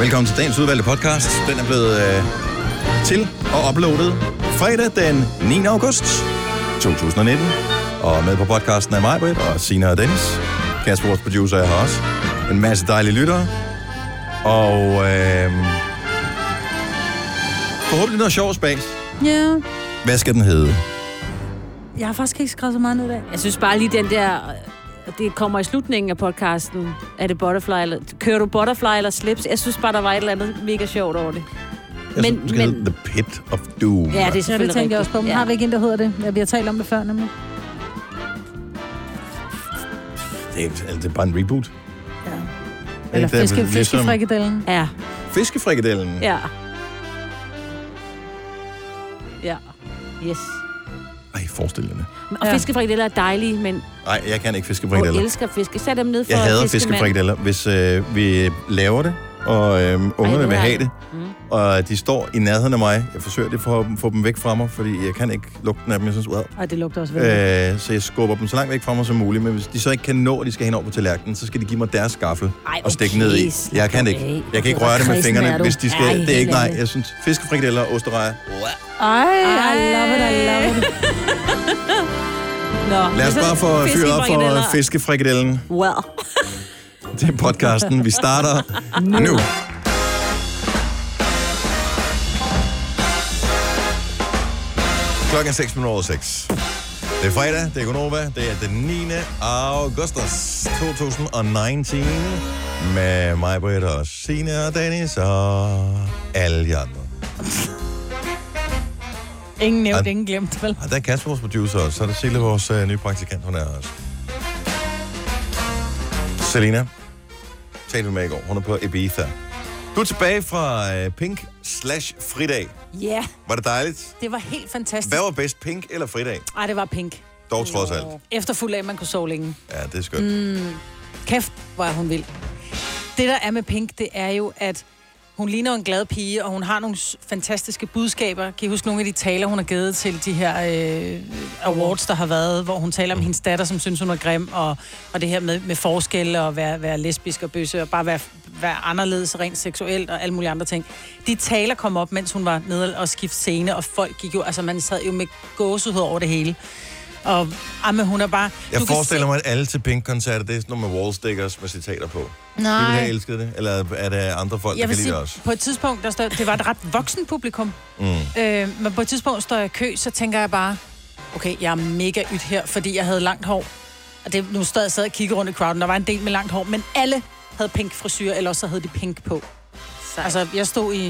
Velkommen til dagens udvalgte podcast. Den er blevet øh, til og uploadet fredag den 9. august 2019. Og med på podcasten er mig, Britt, og Sina og Dennis. Kasper, vores producer, er her også. En masse dejlige lyttere. Og øh, forhåbentlig noget sjovt spas. Ja. Hvad skal den hedde? Jeg har faktisk ikke skrevet så meget ned i dag. Jeg synes bare lige den der... øh, Det kommer i slutningen af podcasten. Er det butterfly eller... Kører du butterfly eller slips? Jeg synes bare, der var et eller andet mega sjovt over det. Jeg Men- synes, den skal men- hedde The Pit of Ja, Doom. det er selvfølgelig Ja, det tænker jeg rigtigt. også på. Men ja. Ja. har vi ikke en, der hedder det? Ja, vi har talt om det før, nemlig. Det er, altså, det er bare en reboot. Ja. Er Eller det ikke fiske, det, ligesom- fiskefrikadellen. Ja, Fiskefrikadellen. ja. Ja, yes. Ej, forestil dig det. Og Ja. fiskefrikadeller er dejlige, men Nej, jeg kan jeg ikke fiskefrikadeller. elsker fiske. Sæt dem ned for Jeg hader fiskemand. fiskefrikadeller. Hvis øh, vi laver det, og øh, ungerne det vil er have det. det, Mm. og de står i nærheden af mig. Jeg forsøger det for at få dem væk fra mig, fordi jeg kan ikke lugte dem af dem. Jeg synes, wow. Ej, det lugter også Altså, vel. Øh. øh, så jeg skubber dem så langt væk fra mig som muligt. Men hvis de så ikke kan nå, at de skal hen over på tallerkenen, så skal de give mig deres skaffel Ej, og stikke okay, ned i. slap Jeg kan nu det ikke. af. Jeg kan ikke Hvor røre det med kristen fingrene, er du? hvis de skal. Ej, det er ikke helt nej. ærligt. Jeg synes, fiskefrikadeller og osterejer. Wow. Ej, I love it, I love it. Nå, Lad os men så bare få fyret op for fiskefrikadeller. øh, fiskefrikadellen. Well. til podcasten. Vi starter nu. Klokken er 6 minutter over 6. Det er fredag, det er Gonova, det er den 9. augustus 2019 med mig, Britt og Signe og Dennis og alle de andre. Ingen nævnt, Ej. ingen glemt, vel? Og Ah, der er Kasper, vores producer, og så er der Sille, vores øh, nye praktikant, hun er her også. Selina, talte vi med i går. Hun er på Ibiza. Du er tilbage fra øh, Pink slash Fridag. Ja, Var det dejligt? det var helt fantastisk. Hvad var bedst, Pink eller Fridag? Ej, det var pink. Dog trods alt. Efterfuld af, at man kunne sove længe. Ja, det er skønt. Mm. Kæft, hvor er hun vild. Det, der er med Pink, det er jo, at hun ligner jo en glad pige, og hun har nogle s- fantastiske budskaber. Kan I huske nogle af de taler, hun har givet til de her øh, awards, der har været, hvor hun taler om hendes datter, som synes, hun er grim, og, og det her med, med forskelle, og være, være lesbisk og bøsse, og bare være, være anderledes rent seksuelt, og alle mulige andre ting. De taler kom op, mens hun var nede og skifte scene, og folk gik jo, altså man sad jo med gåsehud over det hele. Og jamen, hun er bare... Jeg Mm. du kan forestiller mig, at alle til Pink-koncerter, det er sådan noget med wallstickers med citater på. se- Nej. Du ville Nej. have elsket det, eller er der andre folk, der jeg kan vil lide sige, det også? på et tidspunkt, der stod, det var et ret voksen publikum. Mm. Øh, men på et tidspunkt står jeg i kø, så tænker jeg bare, okay, jeg er mega ydt her, fordi jeg havde langt hår. Og det, nu stod jeg sad og kiggede rundt i crowden, der var en del med langt hår, men alle havde pink frisyr, eller også så havde de pink på. Sejt. Altså, jeg stod i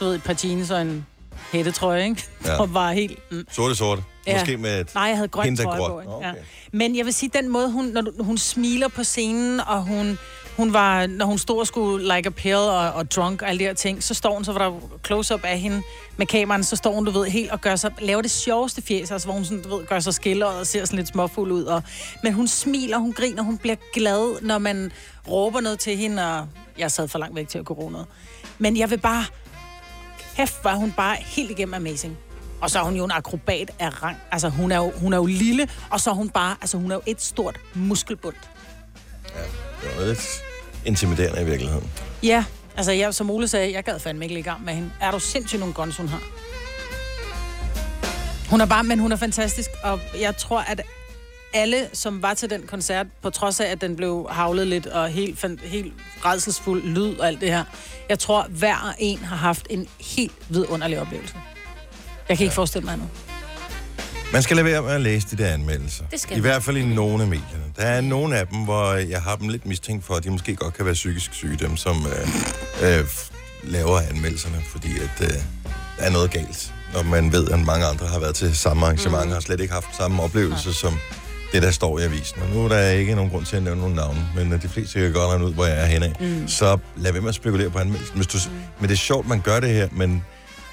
du ved, et par jeans og en hættetrøje, ikke? Ja. Ja. og var helt... Mm. Sorte, sorte. Ja. Måske med et... Nej, jeg havde grøn Hende, der trøje grøn. på. Ikke? Okay. Okay. Ja. Men jeg vil sige, den måde, hun, når du- hun smiler på scenen, og hun, hun var, når hun stod og skulle like a pill og, og drunk og alle de her ting, så står hun, så var der close-up af hende med kameraen, så står hun, du ved, helt og gør sig, laver det sjoveste fjes, altså hvor hun sådan, du ved, gør sig skiller og ser sådan lidt småfuld ud. Og, men hun smiler, hun griner, hun bliver glad, når man råber noget til hende, og jeg sad for langt væk til at kunne råbe noget. Men jeg vil bare, kæft, var hun bare helt igennem amazing. Og så er hun jo en akrobat af rang. Altså, hun er jo, hun er jo lille, og så er hun bare... Altså, hun er jo et stort muskelbund. Det var lidt intimiderende i virkeligheden. Ja, altså, jeg, som Ole sagde, jeg gad fandme ikke ligge i gang med hende. Er du sindssygt nogle guns, hun har? Hun er bare... Men hun er fantastisk, og jeg tror, at alle, som var til den koncert, på trods af, at den blev havlet lidt og helt, fandt, helt redselsfuld lyd og alt det her, jeg tror, hver og en har haft en helt vidunderlig oplevelse. Jeg kan ikke forestille mig andet. Man skal lade være med at læse de der anmeldelser. Det skal I man. hvert fald i nogle af medierne. Der er nogle af dem, hvor jeg har dem lidt mistænkt for, at de måske godt kan være psykisk syge, dem som øh, øh, f- laver anmeldelserne, fordi at, øh, der er noget galt. Når man ved, at mange andre har været til samme arrangement, mm. har slet ikke haft samme oplevelse som det, der står i avisen. Og nu er der ikke nogen grund til at nævne nogle navne, men øh, de fleste kan godt regne ud, hvor jeg er henne af. Mm. Så lad være med at spekulere på anmeldelsen. Hvis du, s- Men det er sjovt, man gør det her, men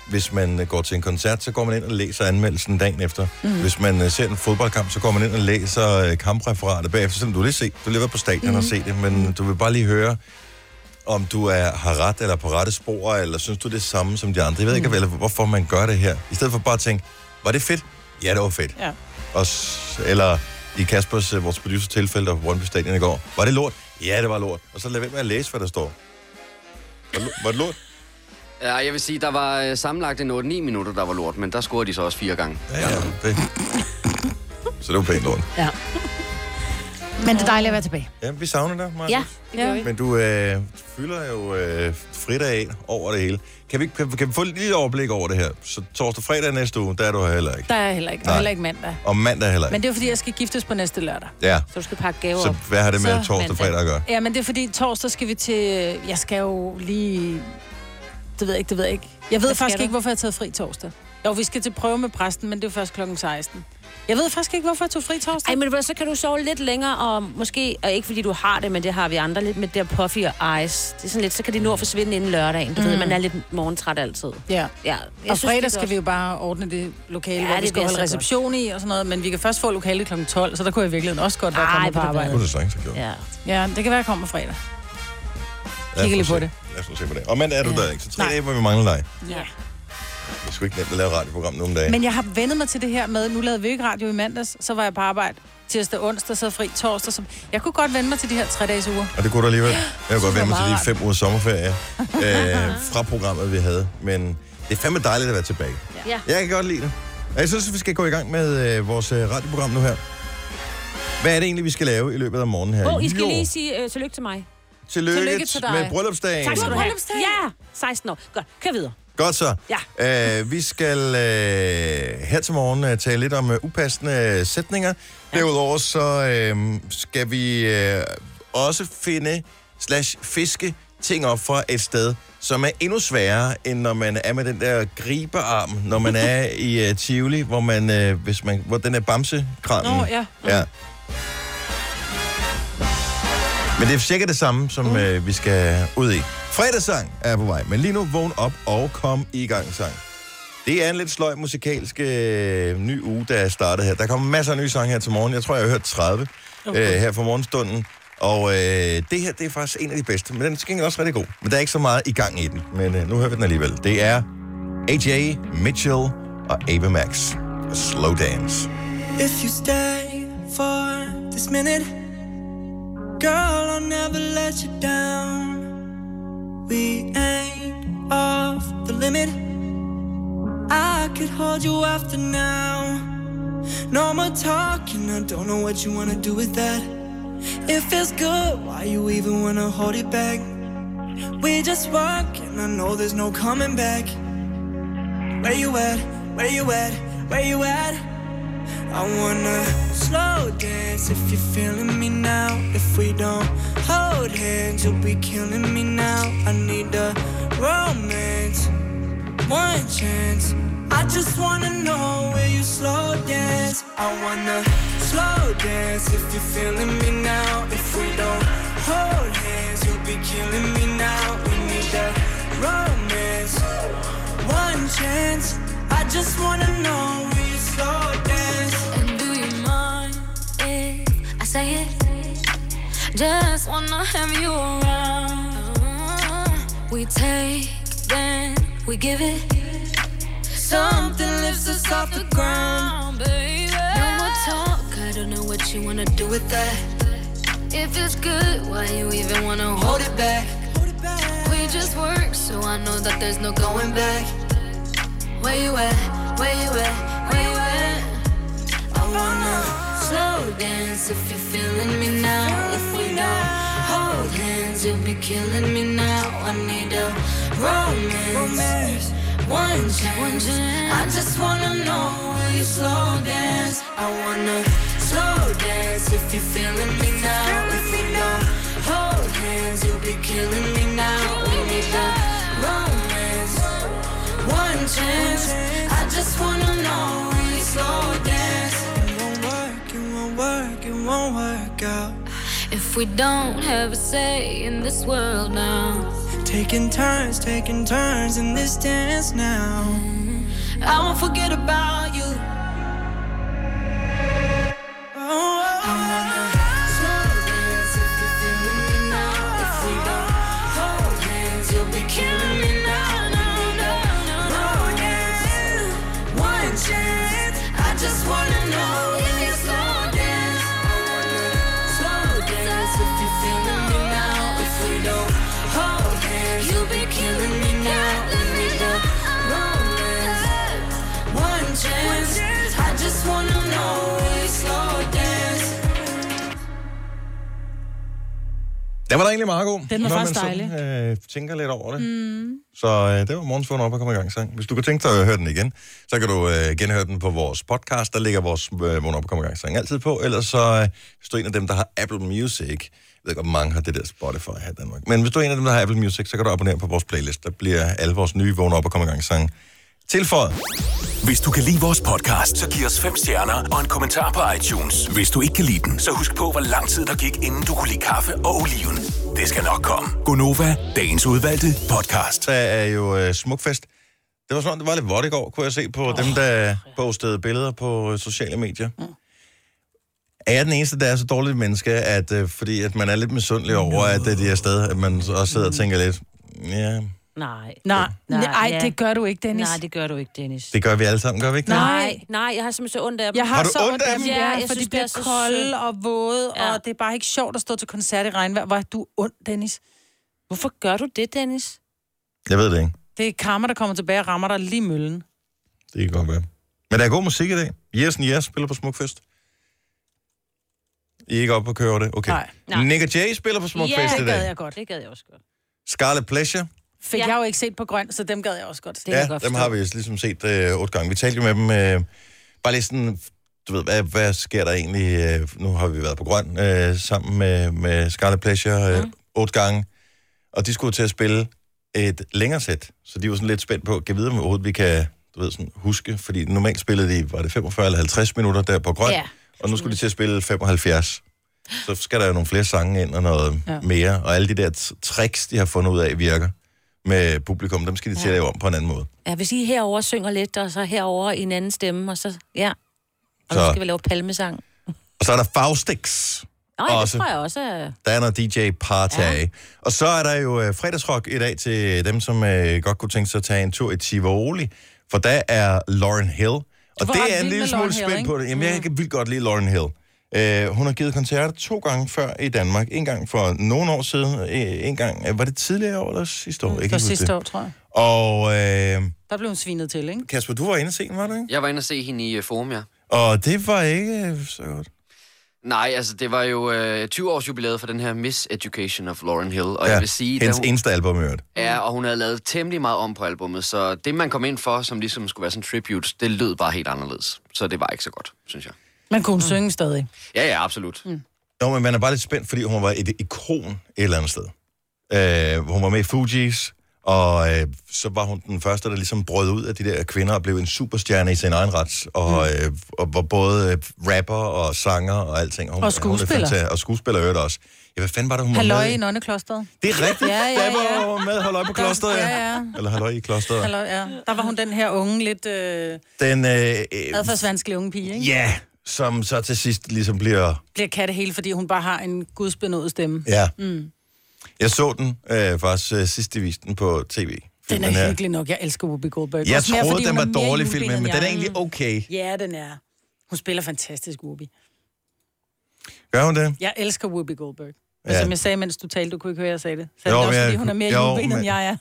hvis man øh, går til en koncert, så går man ind og læser anmeldelsen dagen efter. Mm. Hvis man øh, ser en fodboldkamp, så går man ind og læser øh, kampreferatet bagefter, selvom du lige set. Du lever på stadion mm. og se det, men du vil bare lige høre, om du er, har ret eller på rette spor, eller synes du det er samme som de andre. Jeg ved mm. ikke, vel, hvorfor man gør det her. I stedet for bare at tænke, var det fedt? Ja, det var fedt. Ja. Og s- eller i Kaspers, øh, vores producer tilfælde, der var på Brøndby Stadion i går, var det lort? Ja, det var lort. Og så lad være med at læse, hvad der står. Var, det lo- var det lort? Ja, jeg vil sige, der var øh, sammenlagt en 8-9 minutter, der var lort, men der scorede de så også fire gange. Ja, ja. Det. Så det var pænt lort. Ja. Men det er dejligt at være tilbage. Ja, vi savner dig, Maja. Ja, det gør vi. Men du øh, fylder jo øh, fridag ind over det hele. Kan vi, ikke- kan, kan vi få et lille overblik over det her? Så torsdag fredag næste uge, der er du her heller ikke. Der er jeg heller ikke. Og Nej. heller ikke mandag. Og mandag heller ikke. Men det er jo fordi, jeg skal giftes på næste lørdag. Ja. Så du skal pakke gaver Så op. hvad har det med Så torsdag mandag. fredag at gøre? Ja, men det er fordi, torsdag skal vi til... øh, Jeg skal jo lige... Det ved jeg ikke, det ved jeg ikke. Jeg ved Hvad skal faktisk du? ikke, hvorfor jeg har taget fri torsdag. Jo, vi skal til prøve med præsten, men det er jo først klokken 16. Jeg ved faktisk ikke, hvorfor jeg tog fri torsdag. Ej, men ved du hvad, så kan du sove lidt længere, og måske, og ikke fordi du har det, men det har vi andre lidt med det der puffy og ice. Det er sådan lidt, så kan det nå at forsvinde inden lørdagen. Du mm. ved, man er lidt morgentræt altid. Ja. Ja, Jeg og synes, det er fredag skal godt. vi jo bare ordne det lokale, Ja, ja, hvor det vi skal bliver holde så reception i og sådan noget, men vi kan først få lokalet kl. 12, så der kunne jeg i virkeligheden også godt være Ej, kommet på ved du hvad. Det arbejde. kunne du sagtens have gjort. Ja. Ja, det kan være, jeg kommer fredag. Lad Kigge os nu lige på se. det. Lad os nu se på det. Og mandag er du Ja. der ikke, så tre Nej. dage, hvor vi mangler dig. Ja. Det er sgu ikke nemt at lave et radioprogram nogle dage. Men jeg har vendet mig til det her med, nu lavede vi ikke radio i mandags, så var jeg på arbejde tirsdag, onsdag, så fri torsdag. Så jeg kunne godt vende mig til de her tre dages uger. Og det kunne du alligevel. Jeg kunne godt vende mig til meget de fem ugers sommerferie øh, fra programmet, vi havde. Men det er fandme dejligt at være tilbage. Ja. Jeg kan godt lide det. Og Jeg synes, vi skal gå i gang med øh, vores øh, radioprogram nu her. Hvad er det egentlig, vi skal lave i løbet af morgenen her? Åh, oh, I skal Jo, lige sige øh, tillykke til mig. tillykke, Tillykke til dig. med bryllupsdagen. Tak skal du have. bryllupsdag. Ja, 16 år. Godt, kør videre. Godt så. Ja. Øh, vi skal øh, her til morgen øh, tale lidt om øh, upassende øh, sætninger. Ja. Derudover så øh, skal vi øh, også finde slash fiske ting op fra et sted, som er endnu sværere, end når man er med den der gribearm, når man er i øh, Tivoli, hvor, man, øh, hvis man, hvor den er bamsekranen. Nå, ja. ja. Men det er cirka det samme, som mm. øh, vi skal ud i. Fredagssang er på vej, men lige nu vågn op og kom i gang sang. Det er en lidt sløj musikalsk øh, ny uge, der er startet her. Der kommer masser af nye sange her til morgen. Jeg tror, jeg har hørt 30 okay. øh, her for morgenstunden. Og øh, det her, det er faktisk en af de bedste. Men den er til gengæld også rigtig god. Men der er ikke så meget i gang i den. Men øh, nu hører vi den alligevel. Det er AJ, Mitchell og Ava Max. Slow Dance. If you stay for this minute, girl, I'll never let you down. We ain't off the limit. I could hold you after now. No more talking, I don't know what you wanna do with that. It feels good, why you even wanna hold it back? We just walk, and I know there's no coming back. Where you at? Where you at? Where you at? I wanna slow dance if you're feeling me now. If we don't hold hands, you'll be killing me now. I need a romance, one chance. I just wanna know will you slow dance? I wanna slow dance if you're feeling me now. If we don't hold hands, you'll be killing me now. We need a romance one chance. I just wanna know will you slow dance? And do you mind if I say it? Just wanna have you around. We take, then we give it. Something lifts us off the ground. baby. No more talk, I don't know what you wanna do with that. If it's good, why you even wanna hold Hold it back, hold it back, it? We just work, so I know that there's no going going back. back. Where you at? Where you at? Where you at? I wanna. Slow dance if you're feeling me now. If we don't hold hands, you'll be killing me now. I need a romance. Romance. One chance. I just wanna know will you slow dance? I wanna slow dance if you're feeling me now. If we don't hold hands, you'll be killing me now. We need a romance. One chance. I just wanna know will you slow dance? It won't work, it won't work, it won't work out. If we don't have a say in this world now, Taking turns, taking turns in this dance now. I won't forget about you. Oh, oh, oh. Slow dance if you're feeling me now. If we don't hold hands, you'll be killing me now. No, no, no, no. Romance, one chance. I just wanna know if you slow dance. I wanna slow dance if you're feeling me now. If we don't hold hands, you'll be Den var da egentlig meget god. Den var når faktisk man Sådan, øh, tænker lidt over det. Mm. Så øh, det var morgens vågen op og komme i gang sang. Hvis du kunne tænke dig at høre den igen, så kan du øh, genhøre den på vores podcast. Der ligger vores øh, vågen op og komme i gang sang altid på. Ellers så, øh, hvis du er en af dem, der har Apple Music, jeg ved ikke, om mange har det der Spotify her i Danmark. Men hvis du er en af dem, der har Apple Music, så kan du abonnere på vores playlist. Der bliver alle vores nye vågen op og komme i gang sang tilføjet. Hvis du kan lide vores podcast, så giv os fem stjerner og en kommentar på iTunes. Hvis du ikke kan lide den, så husk på, hvor lang tid der gik, inden du kunne lide kaffe og oliven. Det skal nok komme. Gonova, dagens udvalgte podcast. Der er jo øh, smukfest. Det var sådan, det var lidt vådt i går, kunne jeg se på oh, dem, der postede billeder på øh, sociale medier. Mm. Er jeg den eneste, der er så dårligt menneske, at øh, fordi at man er lidt misundelig over, at øh, de er afsted, at man også sidder og tænker lidt, ja, Nej. Nej, nej, Nej, nej ja. det gør du ikke, Dennis. Nej, det gør du ikke, Dennis. det gør vi alle sammen, gør vi ikke det? Nej, nej, jeg har simpelthen så ondt af dem. Jeg har, Har du så ondt af dem? dem, Ja, ja, jeg for synes, det de er bliver så synd. kolde og våde, Ja. ja. og det er bare ikke sjovt at stå til koncert i regnvejr. Hvor er du ond, Dennis? Hvorfor gør du det, Dennis? Jeg ved det ikke. Det er karma, der kommer tilbage og rammer dig lige i møllen. Det kan godt være. Men der er god musik i dag. Yes and Yes spiller på smukfest. I er ikke oppe og køre over det? Okay. Nej. Nej. Nick og Jay spiller på smukfest i det gad dag. jeg godt. Det gad jeg også godt. Scarlet Pleasure. Fik Ja. ja. jeg jo ikke set på grøn, så dem gad jeg også godt. Det. kan jeg Ja, godt dem forstå. har vi jo ligesom set øh, otte gange. Vi talte jo med dem, øh, bare lige sådan, du ved, hvad, hvad sker der egentlig? Øh, nu har vi været på Grøn øh, sammen med, med Scarlet Pleasure øh, mm. otte gange, og de skulle til at spille et længere sæt, så de var sådan lidt spændt på, kan vide, om overhovedet vi kan du ved, sådan, huske, fordi normalt spillede de, var det 45 eller 50 minutter der på Grøn, Ja. ja. og nu skulle de til at spille 75. Så skal der jo nogle flere sange ind og noget ja. mere, og alle de der t- tricks, de har fundet ud af, virker med publikum, dem skal de til at lave om på en anden måde. Ja, hvis I herover synger lidt, og så herover i en anden stemme, og så, ja. Og så, Så- så skal vi lave palmesang. Og så er der Faustix. Nej, det Også. tror jeg også er... Der er noget DJ Partag. Ja. Og så er der jo øh, fredagsrock i dag til dem, som øh, godt kunne tænke sig at tage en tur i Tivoli. For der er Lauren Hill. Og var det ret er en vild lille med smule Lauryn Hill, spændt ikke? på det. Jamen, jeg kan vildt godt lide Lauren Hill. Øh, hun har givet koncerter to gange før i Danmark. En gang for nogle år siden. Øh, en gang, øh, var det tidligere år eller sidste år? Jeg kan For ikke huske sidste det. år, tror jeg. Og øh, Der blev hun svinet til, ikke? Kasper, du var inde og se den, var du ikke? Jeg var inde og se hende i øh, Forum, ja. Og det var ikke øh, så godt. Nej, altså det var jo øh, 20-års jubilæet for den her Miss Education of Lauren Hill, og Ja, jeg vil sige... da hendes hun- eneste album, i øvrigt. Ja, og hun havde lavet temmelig meget om på albummet, så det, man kom ind for, som ligesom skulle være sådan tribute, det lød bare helt anderledes. Så det var ikke så godt, synes jeg. Men Mm. kunne hun synge stadig? Ja, ja, absolut. Mm. Nå, men man er bare lidt spændt, fordi hun var et ikon et eller andet sted. Øh, hun var med i Fugees, og øh, så var hun den første, der ligesom brød ud af de der kvinder og blev en superstjerne i sin egen ret. Og, mm. øh, og var både øh, rapper og sanger og alting. Hun, Og hun er skuespiller. fanta- og skuespiller i øvrigt også. Ja, hvad fanden var det, hun var Halløj med i i? nonneklosteret. Det er rigtigt. Ja, ja, Der var ja. hun med Halløj på klosteret, Ja, ja. Eller Halløj i klosteret. Halløj, ja. Der var hun den her unge, lidt øh, Den, øh, øh, adfærdsvanskelig unge pige, ikke? ja, som så til sidst ligesom bliver Bliver katte hele, fordi hun bare har en gudsbenået stemme. Ja. Mm. Jeg så den øh, faktisk øh, sidst, de viste den på tv. Den er filmen her. hyggelig nok. Jeg elsker Whoopi Goldberg. Jeg Også mere, troede, fordi den hun var er mere dårlig juleben, filmen, end men jeg den er egentlig okay. Ja, den er. Hun spiller fantastisk, Whoopi. Gør hun det? Jeg elsker Whoopi Goldberg. Men Ja. som jeg sagde, mens du talte, du kunne ikke høre, jeg sagde det. Så Jo, jo, det er også, men jeg- fordi hun er mere jo, juleben, men- end jeg er.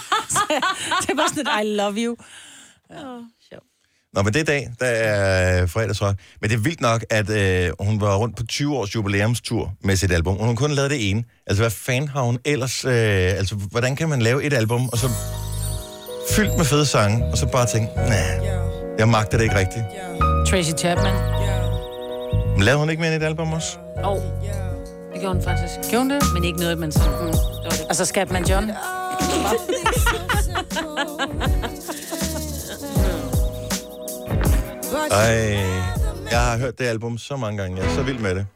Så det var sådan et, I love you. Nå, men det er dag, der er øh, fredagsrock. Men det er vildt nok, at øh, hun var rundt på 20 års jubilæumstur med sit album, og hun kun lavede det ene. Altså, hvad fanden har hun ellers... Øh, altså, hvordan kan man lave et album, og så fyldt med fede sange, og så bare tænke, nej, jeg magter det ikke rigtigt. Tracy Chapman. Men lavede hun ikke mere end et album også? Åh, oh, det gjorde hun faktisk. Gjorde hun det? Men ikke noget, man sådan... Mm. det var det. Altså Scatman John. Ej, jeg har hørt det album så mange gange. Jeg er så vild med det.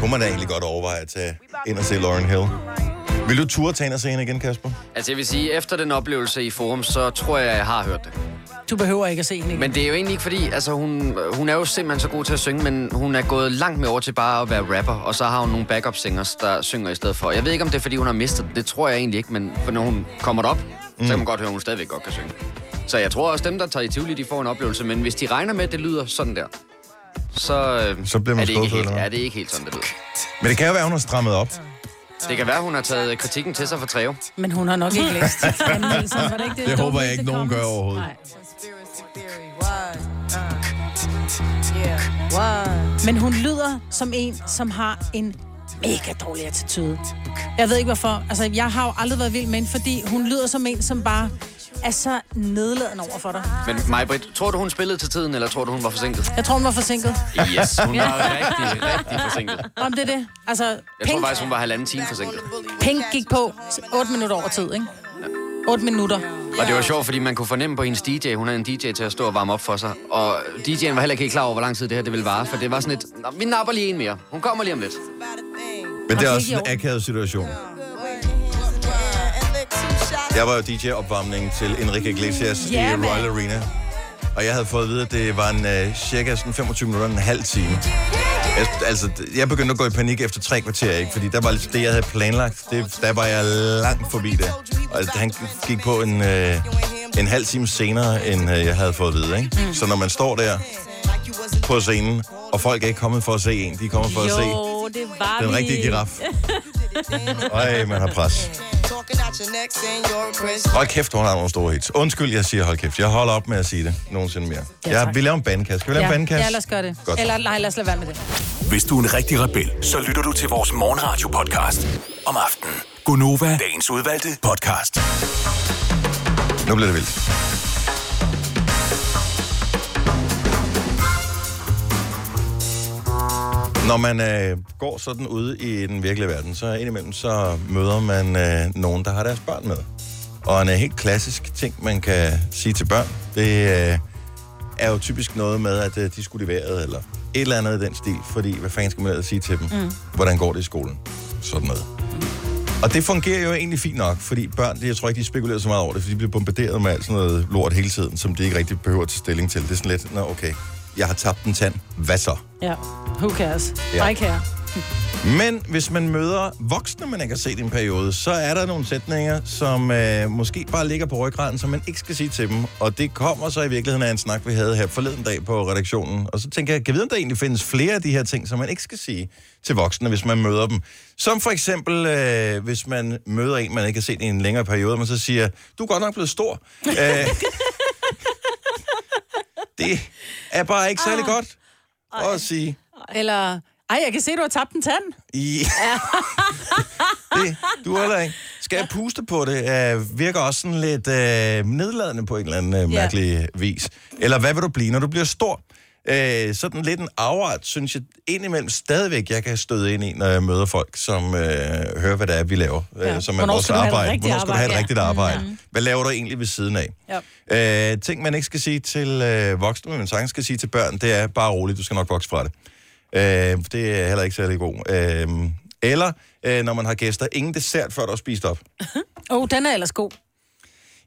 Kunne man da egentlig godt overveje at tage ind og se Lauren Hill? Vil du turde tage ind og se hende igen, Kasper? Altså jeg vil sige, efter den oplevelse i Forum, så tror jeg, jeg har hørt det. Du behøver ikke at se hende. Men det er jo egentlig ikke fordi, altså hun, hun er jo simpelthen så god til at synge, men hun er gået langt med over til bare at være rapper, og så har hun nogle backup singers, der synger i stedet for. Jeg ved ikke, om det er fordi, hun har mistet det. Det tror jeg egentlig ikke, men for når hun kommer derop, mm. så kan man godt høre, at hun stadigvæk godt kan synge. Så jeg tror også, dem, der tager i Tivoli, de får en oplevelse, men hvis de regner med, at det lyder sådan der, så, øh, Så bliver man er, det ikke skuffet, helt, eller hvad? er det ikke helt sådan, det lyder. Men det kan jo være, hun har strammet op. Det kan være, hun har taget øh, kritikken til sig for Treo. Men hun har nok ikke læst. anmeldelsen, var det ikke Det håber jeg Dårligste ikke, nogen gør comments? overhovedet. Nej. Conspiracy theory, why? Uh, yeah, why? Men hun lyder som en, som har en mega dårlig attitude. Jeg ved ikke hvorfor. Altså, jeg har jo aldrig været vild med hende, fordi hun lyder som en, som bare er så nedladende over for dig. Men Majbrit, tror du, hun spillede til tiden, eller tror du, hun var forsinket? Jeg tror, hun var forsinket. Yes, hun var rigtig, rigtig forsinket. Om det er det. Altså, Jeg tror Pink, faktisk, hun var halvanden time forsinket. Pink gik på 8 minutter over tid, ikke? 8 minutter. Og det var sjovt, fordi man kunne fornemme på hendes DJ, hun havde en DJ til at stå og varme op for sig. Og DJ'en var heller ikke helt klar over, hvor lang tid det her det ville vare, for det var sådan et, "Nå, vi napper lige en mere. Hun kommer lige om lidt. Men det er Og også det er ikke i orden. en akavet situation. And look too shy. Jeg var jo DJ-opvarmning til Enrique Iglesias Ja, i mand. Royal Arena. Og jeg havde fået at vide, at det var en øh, cirka sådan 25 minutter, en halv time. Jeg, altså, jeg begyndte at gå i panik efter tre kvarter, ikke? Fordi der var lidt det, jeg havde planlagt. Det, der var jeg langt forbi det. Og altså, han gik på en, øh, en halv time senere, end øh, jeg havde fået at vide, ikke? Så når man står der på scenen, og folk er ikke kommet for at se en, de er kommet for at se Jo, det var den vi. rigtige giraf. Øj, man har pres. Talking out your neck, saying you're a Chris. Hold kæft, hun har nogle store hits. Undskyld, jeg siger hold kæft. Jeg holder op med at sige det nogensinde mere. Ja, Ja, tak. vi laver en bandkasse. Skal vi lave Ja, en bandkasse? ja, lad os gøre det. Godt. Eller nej, lad os lade være med det. Hvis du er en rigtig rebel, så lytter du til vores morgenradio-podcast om aftenen. Gunova, dagens udvalgte podcast. Nu bliver det vildt. Når man øh, går sådan ude i den virkelige verden, så indimellem så møder man øh, nogen, der har deres børn med. Og en øh, helt klassisk ting, man kan sige til børn, det øh, er jo typisk noget med, at øh, de skulle i vejret, eller et eller andet i den stil, fordi hvad fanden skal man ellers sige til dem? Mm. Hvordan går det i skolen? Sådan noget. Og det fungerer jo egentlig fint nok, fordi børn, de- jeg tror ikke, de spekulerer så meget over det, fordi de bliver bombarderet med alt sådan noget lort hele tiden, som de ikke rigtig behøver at tage stilling til. Det er sådan lidt, nå okay, jeg har tabt en tand, hvad så? Ja. Who cares? Ja. Ja. I care. Men hvis man møder voksne, man ikke har set i en periode, så er der nogle sætninger, som øh, måske bare ligger på ryggraden, som man ikke skal sige til dem. Og det kommer så i virkeligheden af en snak, vi havde her forleden dag på redaktionen. Og så tænker jeg, kan jeg vide, om der egentlig findes flere af de her ting, som man ikke skal sige til voksne, hvis man møder dem. Som for eksempel, øh, hvis man møder en, man ikke har set i en længere periode, og man så siger, du er godt nok blevet stor. Øh, det er bare ikke særlig godt at sige. Eller, ej, jeg kan se, du har tabt en tand. Ja. det, du heller ikke. Skal jeg puste på det? Øh, virker også sådan lidt øh, nedladende på en eller anden øh, Ja. mærkelig vis. Eller hvad vil du blive, når du bliver stor? Øh, sådan lidt en afart, synes jeg indimellem stadigvæk, jeg kan støde ind i, når jeg møder folk, som øh, hører, hvad det er, vi laver. Ja. Øh, som er Hvornår vores skal du have et arbejde. rigtigt Hvornår skal du have et arbejde? rigtigt arbejde? Mm-hmm. Hvad laver du egentlig ved siden af? Øh, ting, man ikke skal sige til øh, voksne, men man sagtens skal sige til børn, det er bare roligt, du skal nok vokse fra det. Øh, det er heller ikke særlig god. Øh, eller, øh, når man har gæster, ingen dessert, før du har spist op. Åh, oh, den er ellers god.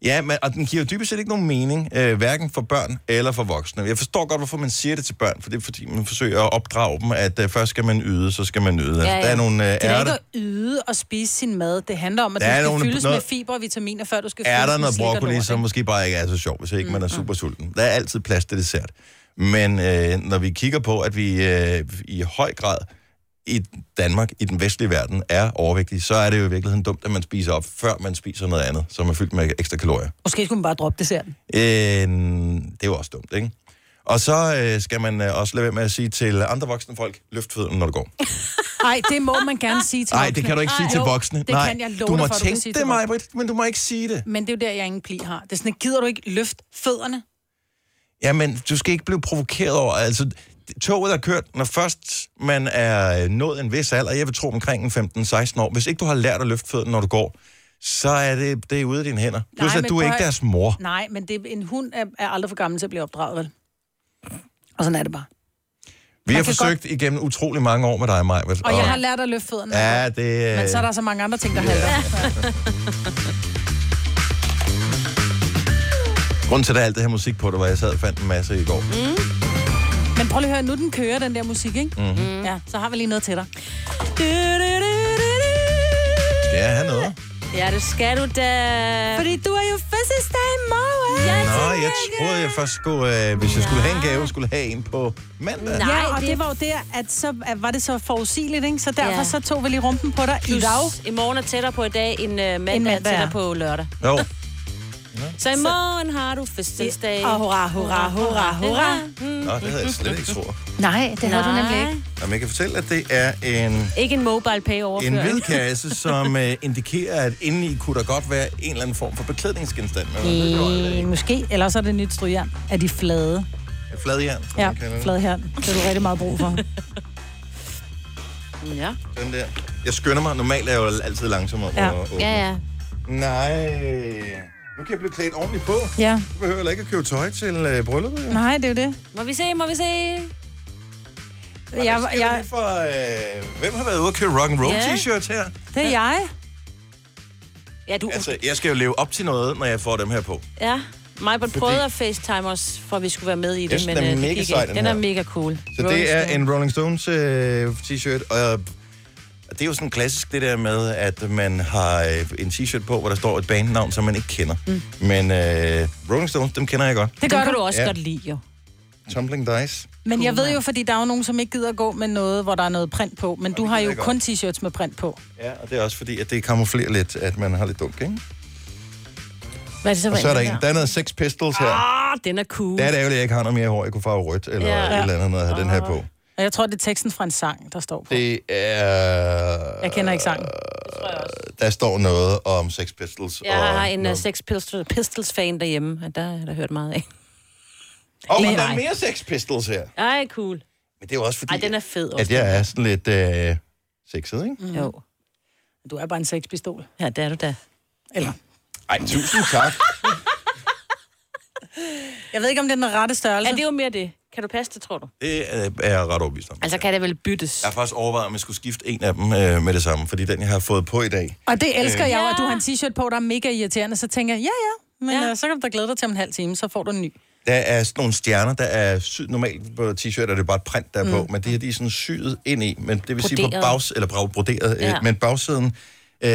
Ja, men, og den giver jo dybest set ikke nogen mening, øh, hverken for børn eller for voksne. Jeg forstår godt, hvorfor man siger det til børn, for det er fordi, man forsøger at opdrage dem, at øh, først skal man yde, så skal man nyde. Altså, ja, ja. ja. Der er nogle Det øh, er da ikke ærter, at yde og spise sin mad. Det handler om, at Der er du skal nogle- fyldes noget- med fiber og vitaminer, før du skal fyldes er der med noget slik og broccoli, lort, som ikke? Mm. måske bare ikke er så sjov, hvis ikke man er super sulten. Der er altid plads til dessert. Men øh, når vi kigger på, at vi øh, i høj grad i Danmark, i den vestlige verden, er overvægtige, så er det jo i virkeligheden dumt, at man spiser op, før man spiser noget andet, som er fyldt med ekstra kalorier. Måske skulle man bare droppe desserten. Øh, det er jo også dumt, ikke? Og så øh, skal man øh, også lade være med at sige til andre voksne folk, løft fødderne, når du går. Nej, det må man gerne sige til Nej, voksne. det kan du ikke sige Ej, til jo, voksne. Det Nej, kan jeg love du dig må for, at du kan tænke sige det, til voksne. mig, men du må ikke sige det. Men det er jo der, jeg ingen pli har. Det er sådan, gider du ikke løft fødderne? Jamen, du skal ikke blive provokeret over, altså, toget er kørt, når først man er øh, nået en vis alder, jeg vil tro omkring en 15-16 år, hvis ikke du har lært at løfte fødderne, når du går, så er det, det er ude af dine hænder. Plus, at men du er prøv ikke at- deres mor. Nej, men det, en hund er, er aldrig for gammel til at blive opdraget, vel? Og sådan er det bare. Vi har kan forsøgt godt... igennem utrolig mange år med dig, Maja. Og jeg har lært at løfte fødderne. Ja, det... øh, Men så er der så mange andre ting, der halter. Grunden til, at der er alt det her musik på, det var, at jeg sad og fandt en masse i går. Mm. Men prøv lige at høre, nu den kører, den der musik, ikke? Mhm. Mm-hmm. Ja, så har vi lige noget til dig. Ja, han noget. Ja, det skal du da. Fordi du er jo fødselsdag i morgen. Ja, Nå, jeg troede, jeg først skulle, øh, hvis jeg skulle have en gave, skulle have en på mandag. Nej. Ja, og det- det var jo der, at så at var det så forudsigeligt, ikke? Så derfor Ja. så tog vi lige rumpen på dig i dag. Plus, I morgen er tættere på i dag, end øh, mandag, mandag er er. tættere på lørdag. Jo. Så i morgen har du fødselsdag. Og Ah, hurra, hurra, hurra, hurra. Nå, det havde jeg slet ikke troet. Nej, det havde du nemlig ikke. Jamen, jeg kan fortælle, at det er en... Ikke en mobile pay En overføring. hvid kasse, som øh, indikerer, at indeni kunne der godt være en eller anden form for beklædningsgenstand. Men det Mm. er jo aldrig Øh, måske. Eller så er det nyt strygejern. Er de flade? et fladjern, som Ja, man kalder det. fladjern. Det er du rigtig meget brug for. Ja. Den der. Jeg skynder mig. Normalt er jeg jo altid langsom om Ja. at åbne. ja, ja. Nej. Nu kan jeg blive klædt ordentligt på. Ja. Du behøver heller ikke at købe tøj til øh, brylluppet. jo. Nej, det er jo det. Må vi se, må vi se. Jeg, Skal vi lige jeg, For, øh, hvem har været ude og købe rock and roll Ja. t-shirts her? det er jeg. Ja, du... Altså, jeg skal jo leve op til noget, når jeg får dem her på. Ja. Majbert prøvede at facetime os, for at vi skulle være med i det, Jeg synes, men den er øh, det mega gik sej, ikke. den Den er her. mega cool. Så Rolling det er Stone. en Rolling Stones øh, t-shirt, og og det er jo sådan klassisk det der med, at man har øh, en t-shirt på, hvor der står et bandnavn, som man ikke kender. Mm. Men øh, Rolling Stones, dem kender jeg godt. Det gør kan du også Ja. godt lide, jo. Uh, Tumbling Dice. Men jeg ved jo, fordi der er jo nogen, som ikke gider gå med noget, hvor der er noget print på. Men du har gider jo jeg godt. kun t-shirts med print på. Ja, og det er også fordi, at det kamuflerer lidt, at man har lidt dunk, ikke? Hvad er det så, Og så er der en, der er noget Sex Pistols her. Ah, den er cool. Det er det ærgerligt, at jeg ikke har noget mere hår. Jeg kunne farve rødt eller Ja. Ah. ja. et eller andet, når jeg havde den her på. Og jeg tror, det er teksten fra en sang, der står på. Det er... Jeg kender ikke sangen. Der står noget om Sex Pistols. Jeg har og en uh, Sex Pistols, Pistols-fan derhjemme, og der har jeg hørt meget af. Og men der er Nej. mere Sex Pistols her. Ej, cool. Men det er jo også fordi, Ej, den er fed også. at jeg er sådan lidt øh, sexet, ikke? Mm. Jo. Du er bare en sexpistol. Ja, det er du da. Eller... Ej, tusind tak. Jeg ved ikke, om det er den rette størrelse. Ja, det er jo mere det. Kan du passe det, tror du? Det øh, er jeg ret overbevist om. Altså, kan det vel byttes? Jeg har faktisk overvejet, om jeg skulle skifte en af dem øh, med det samme, fordi den, jeg har fået på i dag, øh, Og det elsker jeg jo, at du Ja. har en t-shirt på, der er mega irriterende. Så tænker jeg, ja, ja, men Ja. ja. Øh, så kan du da glæde dig til om en halv time, så får du en ny. der er sådan nogle stjerner, der er syet normalt på t-shirt, er det bare et print, der er på, men det her, de er sådan syet ind i, men det vil sige på Mm. Broderet. bags, eller brav, broderet, Ja. øh, men bagsiden, øh,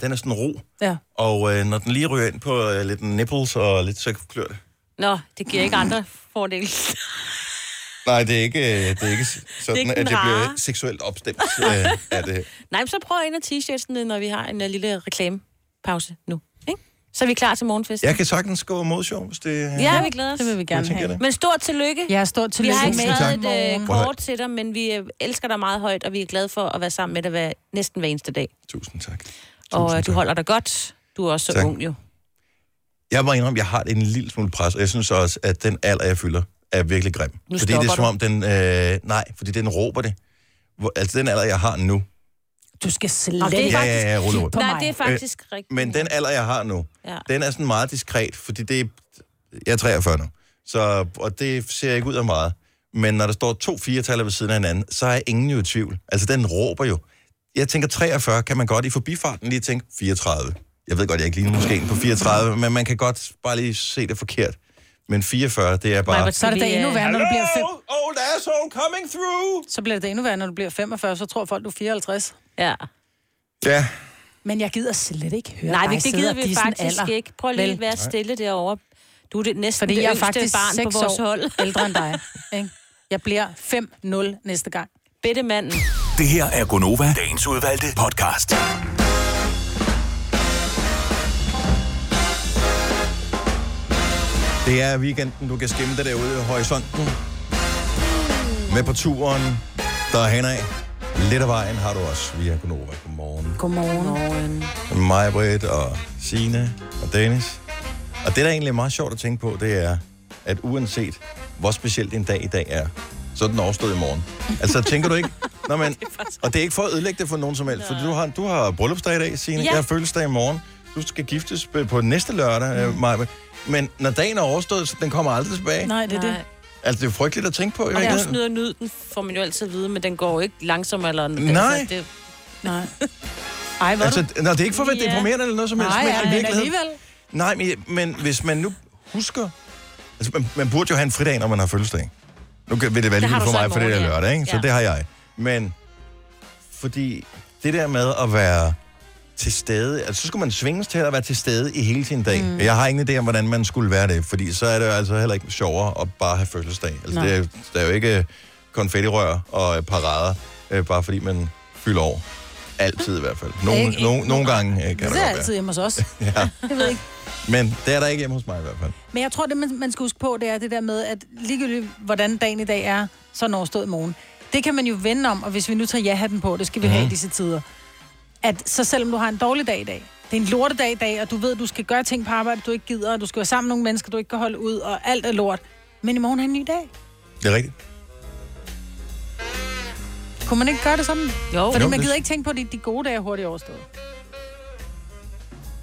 den er sådan ro, Ja. og øh, når den lige ryger ind på øh, lidt nipples og lidt så klør det. Nå, det giver ikke andre fordele. Nej, det er ikke, øh, det er ikke s- sådan, ikke ikke den at jeg bliver rare. seksuelt opstemt øh, af det her. Nej, men så prøv en af t-shirtsene, når vi har en uh, lille reklamepause nu. Ikke? Så er vi klar til morgenfesten. Jeg kan sagtens gå mod sjov, hvis det... ja vi glæder os. Det vil vi gerne tænker jeg have. det. Men stort tillykke. Jeg har stort Vi tillykke har ikke Tusind tak. skrevet et øh, morgen. Prøv at kort til dig, men vi øh, elsker dig meget højt, og vi er glade for at være sammen med dig hver, næsten hver eneste dag. Tusind tak. Og øh, Tusind du tak. holder dig godt. Du er også så Tak. ung jo. Jeg må indrømme, jeg har en lille smule pres, og jeg synes også, at den alder, jeg fylder, er virkelig grim. Nu fordi det stopper er som om, den... Øh, nej, fordi den råber det. Hvor, altså den alder, jeg har nu. Du skal slet Og det er ikke Ja, ja, ja, rulle rundt. på Nej, mig. det er faktisk øh, rigtigt. Men den alder, jeg har nu, Ja. den er sådan meget diskret, fordi det er, jeg er 43 nu, så, og det ser ikke ud af meget. Men når der står to firetaller ved siden af hinanden, så er ingen jo i tvivl. Altså, den råber jo. Jeg tænker, 43 kan man godt i forbifarten lige tænke 34. Jeg ved godt, jeg ikke ligner måske en på 34, men man kan godt bare lige se det forkert. Men 44, det er bare... Maja, hvor Så er det da Vi, øh, endnu værre, når du bliver fem. old asshole coming through! Så bliver det da endnu værre, når du bliver 45, så tror folk, du er 54. Ja. Ja, Men jeg gider slet ikke høre Nej, dig vi, det sidde gider og vi disse en faktisk alder. ikke. Prøv lige Vel. at være stille derovre. Du er det næsten Fordi det jeg er yngste faktisk barn på 6 vores år hold. ældre end dig. Ikke? Jeg bliver 5-0 næste gang. Bitte manden. Det her er Gonova, dagens udvalgte podcast. det er weekenden, du kan skimme dig derude i horisonten. Med på turen, der er henad. Lidt af vejen har du også via Gonova. Godmorgen. Godmorgen. Maja Britt og Sine og Dennis. Og det, der egentlig er meget sjovt at tænke på, det er, at uanset hvor specielt en dag i dag er, så er den overstået i morgen. Altså, tænker du ikke? Nå, men, og det er ikke for at ødelægge det for nogen som helst, for du har, du har bryllupsdag i dag, Signe. Ja. Ja. Jeg har fødselsdag i morgen. Du skal giftes på- på næste lørdag, mm. Maja. Men når dagen er overstået, så den kommer aldrig tilbage. Nej, det er det. Nej. Altså, det er jo frygteligt at tænke på. i Og du virkeligheden. snyder og nyd, den får man jo altid at vide, men den går jo ikke langsommere. Eller Nej. Altså, det, Nej. Ej, hvor Altså, altså, nå, det er ikke for at være Ja. deprimerende eller noget som helst. Nej, men i ja, men virkeligheden- alligevel. Nej, men, men hvis man nu husker... Altså, man, man burde jo have en fridag, når man har fødselsdag. Nu kan- vil det være Det har du lige for så i mig, for det er morgen, ja. lørdag, ikke? Så Ja. det har jeg. Men fordi det der med at være til stede, altså så skulle man svinges til at være til stede i hele sin dag. Mm. Jeg har ingen idé om, hvordan man skulle være det, fordi så er det jo altså heller ikke sjovere at bare have fødselsdag. Altså, Nej. det er, der er jo ikke øh, konfettirør og øh, parader, øh, bare fordi man fylder over. Altid i hvert fald. Nogle, Ikke- nogle, nogle gange øh, kan det, det godt er være. altid hjemme hos os. Ja. Jeg ved ikke. Men det er der ikke hjemme hos mig i hvert fald. Men jeg tror, det man, man skal huske på, det er det der med, at ligegyldigt hvordan dagen i dag er, så er den overstået i morgen. Det kan man jo vende om, og hvis vi nu tager ja-hatten på, det skal vi Mhm. mm. have i disse tider, at så selvom du har en dårlig dag i dag, det er en lortedag i dag, og du ved, du skal gøre ting på arbejde, du ikke gider, og du skal være sammen med nogle mennesker, du ikke kan holde ud, og alt er lort. Men i morgen er en ny dag. Det er rigtigt. Kunne man ikke gøre det sådan? Jo. Fordi Jo, man det- gider ikke tænke på, at de, de gode dage er hurtigt overstået.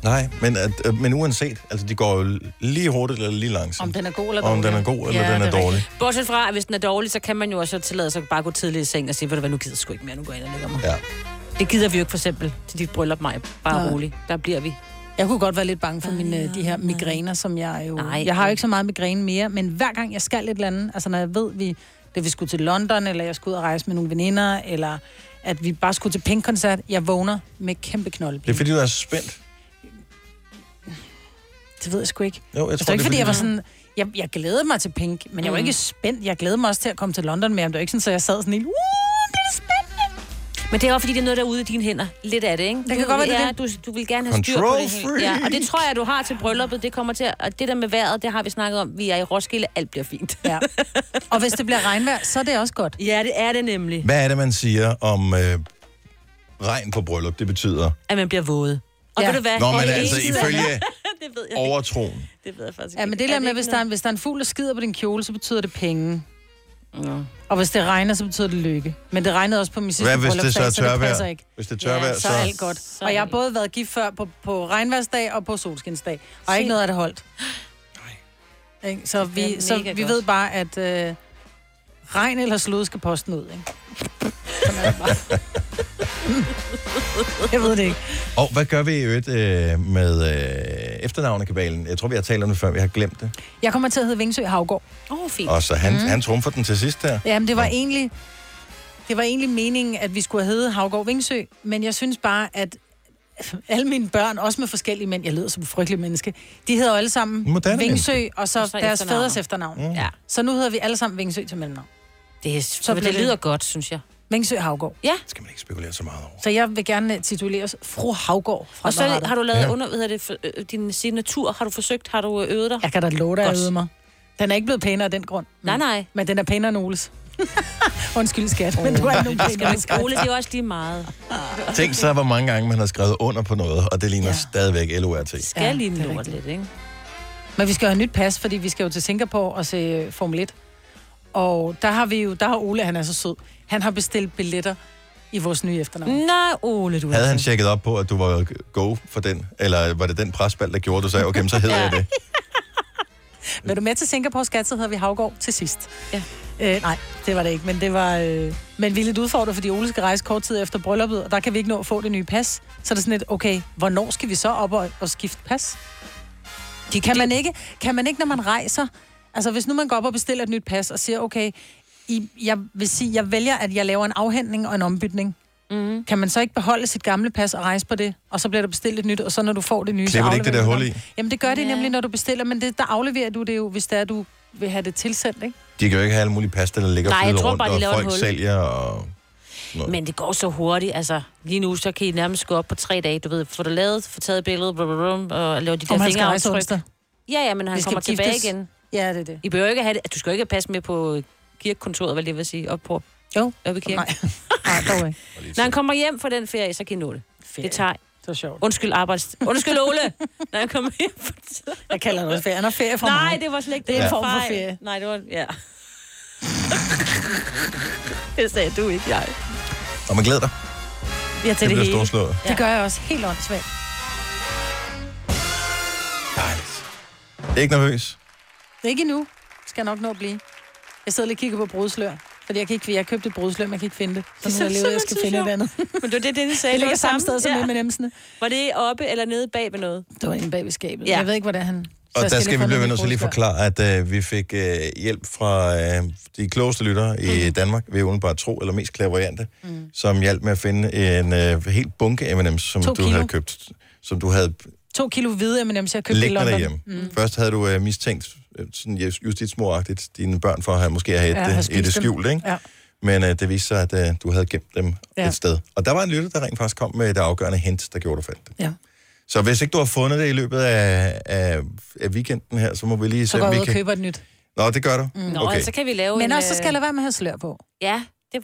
Nej, men, at, øh, men uanset, altså de går jo lige hurtigt eller lige langsomt. Om den er god eller dårlig. Om den er god eller den det er dårlig. rigtigt. Bortset fra, at hvis den er dårlig, så kan man jo også tillade sig at bare gå tidligt i seng og sige, ved du hvad, nu gider jeg sgu ikke mere, nu går jeg ind og lægger mig. Ja. Ja. Det gider vi jo ikke for eksempel til dit bryllup, mig. Bare ja. rolig. Der bliver vi. Jeg kunne godt være lidt bange for mine, øh, de her migræner, som jeg jo... Nej. Nej. Jeg har jo ikke så meget migræne mere, men hver gang jeg skal et eller andet, altså når jeg ved, vi, da vi skulle til London, eller jeg skulle ud og rejse med nogle veninder, eller at vi bare skulle til Pink-koncert, jeg vågner med kæmpe knold. Det er fordi, du er spændt. Det ved jeg sgu ikke. Jo, jeg Jeg Altså, tror, tror ikke, det er fordi jeg var sådan... Jeg, jeg glædede mig til Pink, men jeg var Mm. ikke spændt. Jeg glædede mig også til at komme til London med ham. Det var ikke sådan, så jeg sad sådan helt... Uh, det er spændende. Men det er også fordi, det er noget, der er ude i dine hænder. Lidt af det, ikke? Det kan godt være, det er ja, du, du vil gerne have styr på Control det hele. freak. Ja, og det tror jeg, du har til brylluppet. Det kommer til at, og det der med vejret, det har vi snakket om. Vi er i Roskilde, alt bliver fint. Ja. Og hvis det bliver regnvejr, så er det også godt. Ja, det er det nemlig. Hvad er det, man siger om øh, regn på bryllup? Det betyder... At man bliver våd. Og ja. Ja. ved du hvad? Nå, Det men er altså eneste- ifølge det ved jeg ikke. overtroen. Det ved jeg faktisk Ja, men det der med, hvis der, er, en- hvis der er en fugl, der skider på din kjole, så betyder det penge. Og hvis det regner, så betyder det lykke. Men det regnede også på min sidste Hvad hvis det så er bryllupsdag, det tørvejr? passer ikke. Hvis det er tørvejr, Ja, så... Så er alt godt. Så er Og jeg har alt. både været gift før på, på regnværsdag og på solskinsdag. Og ikke noget af det holdt. Nej. Så, vi, fandme så mega vi godt. ved bare, at øh, regn eller slud skal posten ud, ikke? Sådan er det bare. jeg ved det ikke. Og hvad gør vi i øvrigt øh, med øh, efternavnekabalen? Jeg tror, vi har talt om det før, vi har glemt det. Jeg kommer til at hedde Vingsø Havgård. Åh, oh, fint. Og så han, mm. han trumfer den til sidst der. Jamen, det var egentlig... Det var egentlig meningen, at vi skulle have heddet Havgård Vingsø, men jeg synes bare, at alle mine børn, også med forskellige mænd, jeg lyder som et frygteligt menneske, de hedder jo alle sammen Moderne Vingsø, mennesker. og så, Og så deres efternavnet. fædres efternavn. Mm. Ja, Så nu hedder vi alle sammen Vingsø til mellemnavn. det, er, så bliver det det- lyder godt, synes jeg. Vingsø Havgård. Det skal man ikke spekulere så meget over. Så jeg vil gerne tituleres Fru Havgård fra Og så har du lavet Ja. ja. under, hvad hedder det, for- øh, din signatur, har du forsøgt, har du øh, øvet dig? Jeg kan da love dig, at Godt. jeg øvede mig. Den er ikke blevet pænere af den grund. Nej, nej. Men den er pænere end Oles. Undskyld, skat, men du er ikke nogen pænere. end skat. Ole, det er jo også lige meget. Tænk så, hvor mange gange man har skrevet under på noget, og det ligner ja. Ja. stadigvæk LORT. Skal Ja, ja, lige det er lort rigtigt. lidt, ikke? Men vi skal jo have nyt pas, fordi vi skal jo til Singapore og se øh, Formel 1. Og der har vi jo, der har Ole, han er så sød. Han har bestilt billetter i vores nye efternavn. Nej, Ole, du er Havde han altså- tjekket op på, at du var go for den? Eller var det den presbald, der gjorde, at du sagde, okay, men så hedder jeg det? Mm. Vil du med til Singapore, skat, så hedder vi Havgård til sidst. Ja. Øh, nej, det var det ikke, men det var... Øh, men vi er lidt udfordret, fordi Ole skal rejse kort tid efter brylluppet, og der kan vi ikke nå at få det nye pas. Så er det sådan lidt, okay, hvornår skal vi så op og, og skifte pas? De kan, man ikke, kan man ikke, når man rejser... Altså, hvis nu man går op og bestiller et nyt pas og siger, okay, I, jeg vil sige, jeg vælger, at jeg laver en afhentning og en ombytning. Mm. Mm-hmm. Kan man så ikke beholde sit gamle pas og rejse på det, og så bliver der bestilt et nyt, og så når du får det nye... så Klipper det ikke det afleverer der du hul i? Jamen, det gør det nemlig, når du bestiller, men det, der afleverer du det jo, hvis det er, du vil have det tilsendt, ikke? De kan jo ikke have alle mulige pasta, der ligger Nej, jeg flyder tror rundt, bare, de og laver et folk hul. sælger. Og... Men det går så hurtigt, altså. Lige nu, så kan I nærmest gå op på tre dage, du ved. Få det lavet, få taget billedet, blub, blub, blub, og lave de Om der han skal rejse fingeraftryk. onsdag. Ja, ja, men han Vi skal kommer tilbage giftes. igen. Ja, det er det. I behøver ikke at have det. Du skal jo ikke passe med på kirkekontoret, hvad det vil sige, op på Jo. oppe i kirken. Nej, nej, dog ikke. Når han kommer hjem fra den ferie, så kan I nå det. Det tager... Det var sjovt. Undskyld arbejds... Undskyld Ole, når han kommer hjem fra Jeg kalder det også ferie. Han har ferie for Nej, mig. det var slet ikke Det er en Ja. form for Fejl. ferie. Nej, det var... Ja. det sagde du ikke, jeg. Og man glæder dig. Jeg til Det det, bliver hele. storslået. Det gør jeg også helt åndssvagt. Dejligt. Ikke nervøs. Ikke endnu. Skal jeg nok nå at blive. Jeg sidder lige og kigger på brudslør. Fordi jeg, kan ikke, jeg købte et brudslør, men jeg kan ikke finde det. Så nu er jeg levet, jeg skal finde et andet. Men det var det, Dennis sagde. Det var ligger samme sted som ja. ja. med emsene. Var det oppe eller nede bag ved noget? Det var inde bag ved skabet. Ja. Jeg ved ikke, hvordan han... Og der skal vi blive nødt til lige at forklare. forklare, at øh, vi fik øh, hjælp fra øh, de klogeste lyttere Mhm. i mm. Danmark, ved udenbart tro, eller mest klaveriante, mm. som hjalp med at finde en øh, helt bunke M&M's, som To du kilo. havde købt, som du havde To kilo hvide M&M's, jeg købte i liggende London. derhjemme. Mm. Først havde du øh, mistænkt, øh, sådan just- justitsmoragtigt, dine børn for at have måske have et, Ja, ja, have et, spist et dem. skjult, ikke? Ja. Men øh, det viste sig, at øh, du havde gemt dem Ja. et sted. Og der var en lytter, der rent faktisk kom med det afgørende hint, der gjorde, at du fandt det. Ja. Så hvis ikke du har fundet det i løbet af, af, af weekenden her, så må vi lige Så se, går om jeg vi ud og kan... køber et nyt. Mm, Nå, det gør du. Nå, okay. okay. så kan vi lave Men en... øh, også, så skal der være med at have slør på. Ja, det...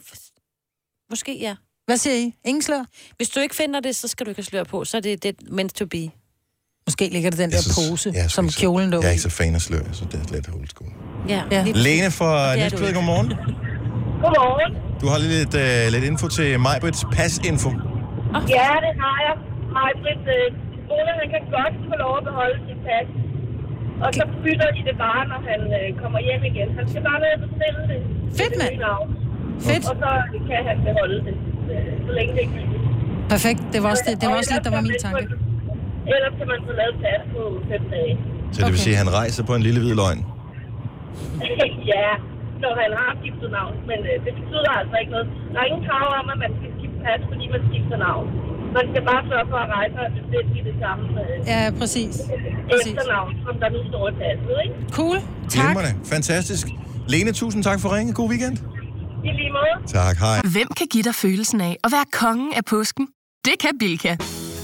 Måske ja. Hvad siger I? Ingen slør? Hvis du ikke finder det, så skal du ikke have slør på. Så er det, det meant to be. Måske ligger det den Jeg der synes- pose, jeg er sgu som ikke så- kjolen lå Jeg er i. ikke så fan af slør, så det er lidt old school. Ja. Ja. ja. Lene fra Det er Næstved, du. godmorgen. Godmorgen. Du har lige lidt, øh, lidt info til Majbrits pasinfo. Ah. Ja, det har jeg. Hej, Britt. øh, Ole, han kan godt få lov at beholde sit pas. Og så bytter de det bare, når han øh, kommer hjem igen. Han skal bare ned og bestille det. Fedt, Det er mand. det nye navn. Fedt. Og så kan han beholde det, øh, så længe det ikke er gyldigt. Perfekt. Det var også, det, det var Og også ellers lidt, der var kan min man tanke. få- Ellers kan man få lavet pas på fem dage. Så det vil Okay. sige, at han rejser på en lille hvid løgn. ja, når han har skiftet navn. Men øh, det betyder altså ikke noget. Der er ingen krav om, at man skal skifte pas, fordi man skifter navn. Man skal bare sørge for at rejse og bestille i det samme øh, Ja, præcis. Præcis. efternavn, som der nu står i passet, ikke? Cool. Tak. Glimrende. Fantastisk. Lene, tusind tak for ringen. God weekend. I lige måde. Tak, hej. Hvem kan give dig følelsen af at være kongen af påsken? Det kan Bilka.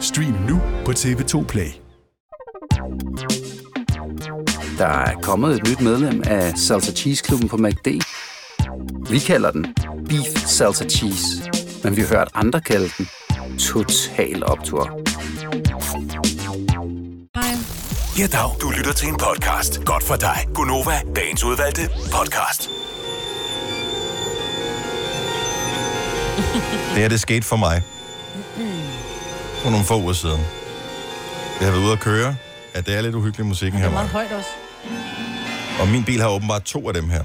Stream nu på TV2 Play. Der er kommet et nyt medlem af Salsa Cheese Klubben på MACD. Vi kalder den Beef Salsa Cheese, men vi har hørt andre kalde den Total Optor. Ja, dag. Du lytter til en podcast. Godt for dig. Gunova, dagens udvalgte podcast. Det her, det skete for mig. For nogle få uger siden. Jeg har været ude at køre. Ja, det er lidt uhyggelig musikken Det her, er meget Maja. højt også. Og min bil har åbenbart to af dem her.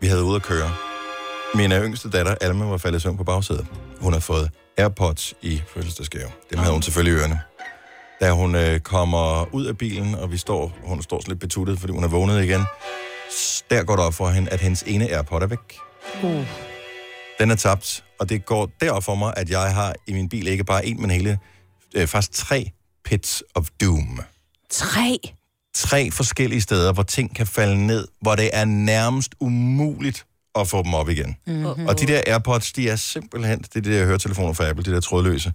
Vi havde ude at køre. Min øh, yngste datter, Alma, var faldet i søvn på bagsædet. Hun har fået AirPods i fødselsdagsgave. Dem havde hun selvfølgelig i ørerne. Da hun øh, kommer ud af bilen, og vi står, hun står sådan lidt betuttet, fordi hun er vågnet igen, s- der går det op for hende, at hendes ene AirPod er væk. Uh. Den er tabt, og det går derop for mig, at jeg har i min bil ikke bare en, men hele, øh, faktisk tre pits of doom. Tre. Tre forskellige steder, hvor ting kan falde ned, hvor det er nærmest umuligt at få dem op igen. Mm-hmm. Og de der AirPods, de er simpelthen, det er de der høretelefoner fra Apple, de der trådløse,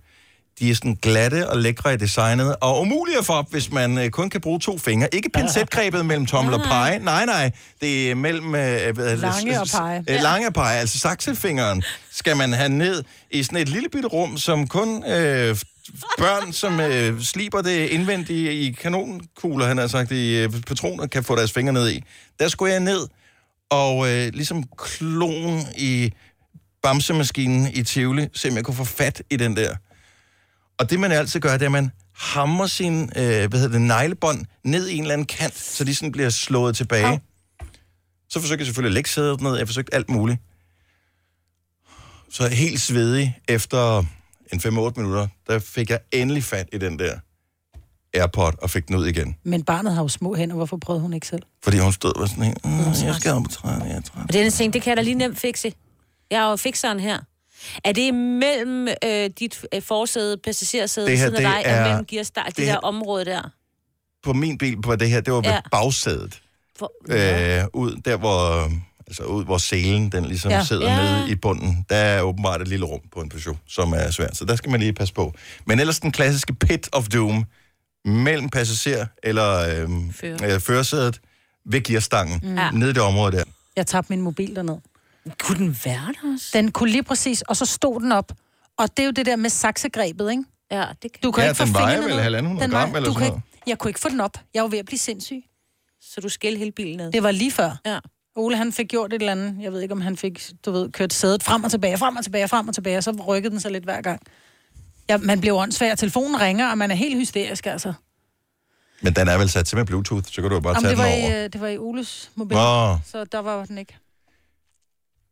de er sådan glatte og lækre i designet, og umulige at få op, hvis man øh, kun kan bruge to fingre. Ikke pincetgrebet mellem tommel og pege. Nej, nej. Det er mellem... Øh, hvad, Lange og pege. Øh, lange og pege, altså saksefingeren, skal man have ned i sådan et lille bitte rum, som kun øh, børn, som øh, sliber det indvendige i kanonkugler, han har sagt, i øh, patroner, kan få deres fingre ned i. Der skulle jeg ned og øh, ligesom klon i bamsemaskinen i Tivoli, se om jeg kunne få fat i den der. Og det, man altid gør, det er, at man hammer sin øh, hvad hedder det, neglebånd ned i en eller anden kant, så de sådan bliver slået tilbage. Au. Så forsøgte jeg selvfølgelig at lægge sædet ned. Jeg forsøgte alt muligt. Så helt svedig efter en 5-8 minutter, der fik jeg endelig fat i den der AirPod og fik den ud igen. Men barnet har jo små hænder, hvorfor prøvede hun ikke selv? Fordi hun stod og var sådan helt, "Mm, jeg skal op på træerne, jeg er træt." Og det er en ting, det kan jeg da lige nemt fikse. Jeg er jo fikseren her. Er det imellem øh, dit øh, forsæde, passagersæde, Det det her, her, siden af det dig, er- er, og mellem gearstart, det, det det her- der område der? På min bil på det her, det var ved Ja. bagsædet. For, Øh, ud der, hvor, øh, altså ud, hvor selen den ligesom ja. Ja. sidder ja. Ja. nede i bunden. Der er åbenbart et lille rum på en Peugeot, som er svært. Så der skal man lige passe på. Men ellers den klassiske pit of doom mellem passager eller øh, Fører. øh, førersædet ved gearstangen Ja. mm. nede i det område der. Jeg tabte min mobil dernede. Kunne den være der også? Den kunne lige præcis, og så stod den op. Og det er jo det der med saksegrebet, ikke? Ja, det kan Du kan Ja, ikke få den vejer fingrene vel ned. 1.500 Den vejer- gram eller du sådan kan noget. ikke- Jeg kunne ikke få den op. Jeg var ved at blive sindssyg. så du skældte hele bilen ned. Det var lige før. Ja. Ole, han fik gjort et eller andet. Jeg ved ikke, om han fik, du ved, kørt sædet frem og tilbage, frem og tilbage, frem og tilbage, og så rykkede den sig lidt hver gang. Ja, man bliver åndssvær. Telefonen ringer, og man er helt hysterisk, altså. Men den er vel sat til med Bluetooth, så kan du jo bare Jamen, tage det, var den over. i, øh, det var i Oles mobil, Nå. så der var den ikke.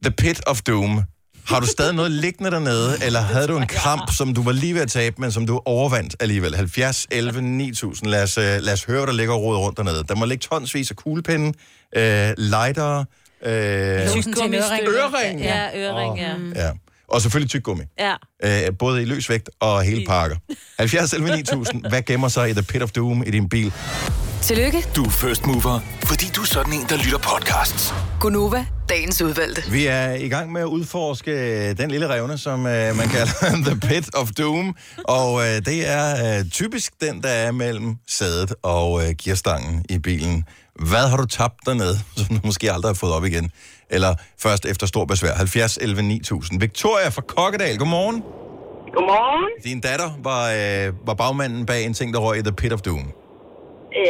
The Pit of Doom. Har du stadig noget liggende dernede, eller havde du en kamp, som du var lige ved at tabe, men som du overvandt alligevel? 70, 11, 9000. Lad os, øh, lad os høre, hvad der ligger og roder rundt dernede. Der må ligge tonsvis af kuglepinde, øh, lighter, øh, Tusind til en ørering. ørering. Ja, ørering, ja. ja. Og selvfølgelig tyggegummi. Ja. Øh, både i løsvægt og hele pakker. 70, 11, 9000. Hvad gemmer sig i The Pit of Doom i din bil? Tillykke, Du er first mover. Fordi du er sådan en, der lytter podcasts. Gunova, dagens udvalgte. Vi er i gang med at udforske den lille revne, som øh, man kalder The Pit of Doom. Og øh, det er øh, typisk den, der er mellem sædet og øh, gearstangen i bilen. Hvad har du tabt dernede, som du måske aldrig har fået op igen? Eller først efter stor besvær. 70 11 9000. Victoria fra Kokkedal, godmorgen. Godmorgen. Din datter var, øh, var bagmanden bag en ting, der røg i The Pit of Doom.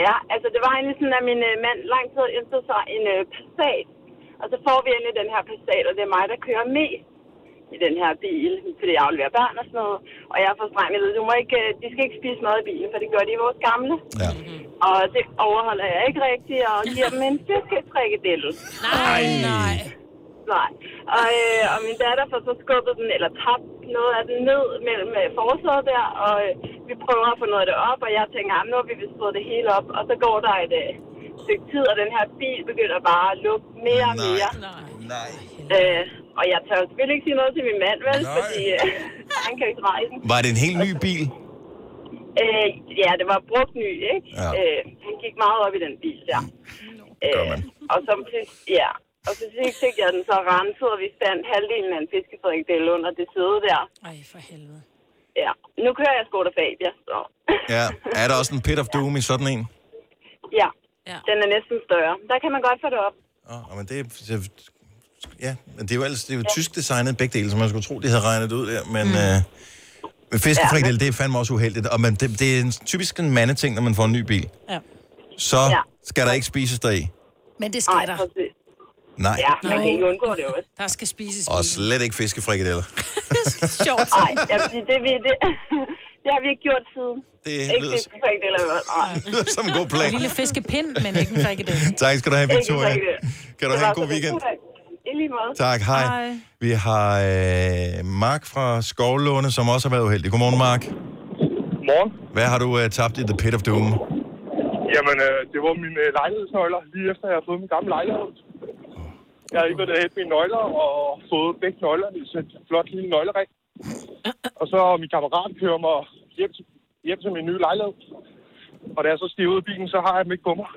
Ja, altså det var egentlig sådan, at min øh, mand lang tid ønskede sig en øh, Passat. Og så får vi endelig den her Passat, og det er mig, der kører mest i den her bil, fordi jeg afleverer børn og sådan noget. Og jeg får streng, jeg ved, du må ikke, øh, de skal ikke spise mad i bilen, for det gør de i vores gamle. Ja. Og det overholder jeg ikke rigtigt, og giver dem en fisketrikkedelle. Nej, nej. Nej. Og, øh, og min datter får så skubbet den, eller tabt noget af den ned mellem øh, forsædet der, og øh, vi prøver at få noget af det op, og jeg tænker, at nu har vi vist fået det hele op, og så går der et øh, stykke tid, og den her bil begynder bare at lukke mere og mere. Nej, nej. Øh, og jeg tør selvfølgelig ikke sige noget til min mand, vel, nej. fordi øh, han kan jo ikke rejse. Var det en helt ny bil? Øh, ja, det var brugt ny, ikke? Ja. Mm. Øh, han gik meget op i den bil der. Øh, og så, ja, og så fik, fik jeg den så renset, og vi fandt halvdelen af en fisketrikdel under det sæde der. Ej, for helvede. Ja, nu kører jeg Skoda Fabia, så Ja. Er der også en Pit of Doom i sådan en? ja. ja. Den er næsten større. Der kan man godt få det op. Oh, men det, er- ja, men det er jo, ellers, det er jo tysk designet begge dele, så man skulle tro, de havde regnet det ud der, men... Mm. Øh, men fiskefrikadelle, det er fandme også uheldigt, og man, det, det er en, typisk en mandeting, når man får en ny bil. Ja. Så Ja. ja. skal der ikke spises deri. Men det skal Nej, der. Nej. Ja, man kan ikke undgå det også. Der skal spises. Og slet ikke fiskefrikadeller. Sjovt. Nej, jeg vil sige, det, vi, det, det har vi ikke gjort siden. Det ikke lyder- fisketrikdel eller hvad. Nej. Det lyder som en god plan. En lille fiskepind, men ikke en frikadelle. Tak skal du have, Ikke Victoria. frikadelle. Kan du Det have var en god så weekend? lidt. I lige måde. Tak, hej. hej. Vi har øh, Mark fra Skovlåne, som også har været uheldig. Godmorgen, Mark. Godmorgen. Hvad har du øh, tabt i The Pit of Doom? Jamen, øh, det var mine øh, lejlighedsnøgler, lige efter jeg havde fået min gamle lejlighed. Jeg havde ikke været derhen mine nøgler og fået begge nøglerne i sådan en flot lille nøglering. Og så min kammerat kører mig hjem til, hjem til min nye lejlighed. Og da jeg så stiger ud af bilen, så har jeg dem ikke på mig.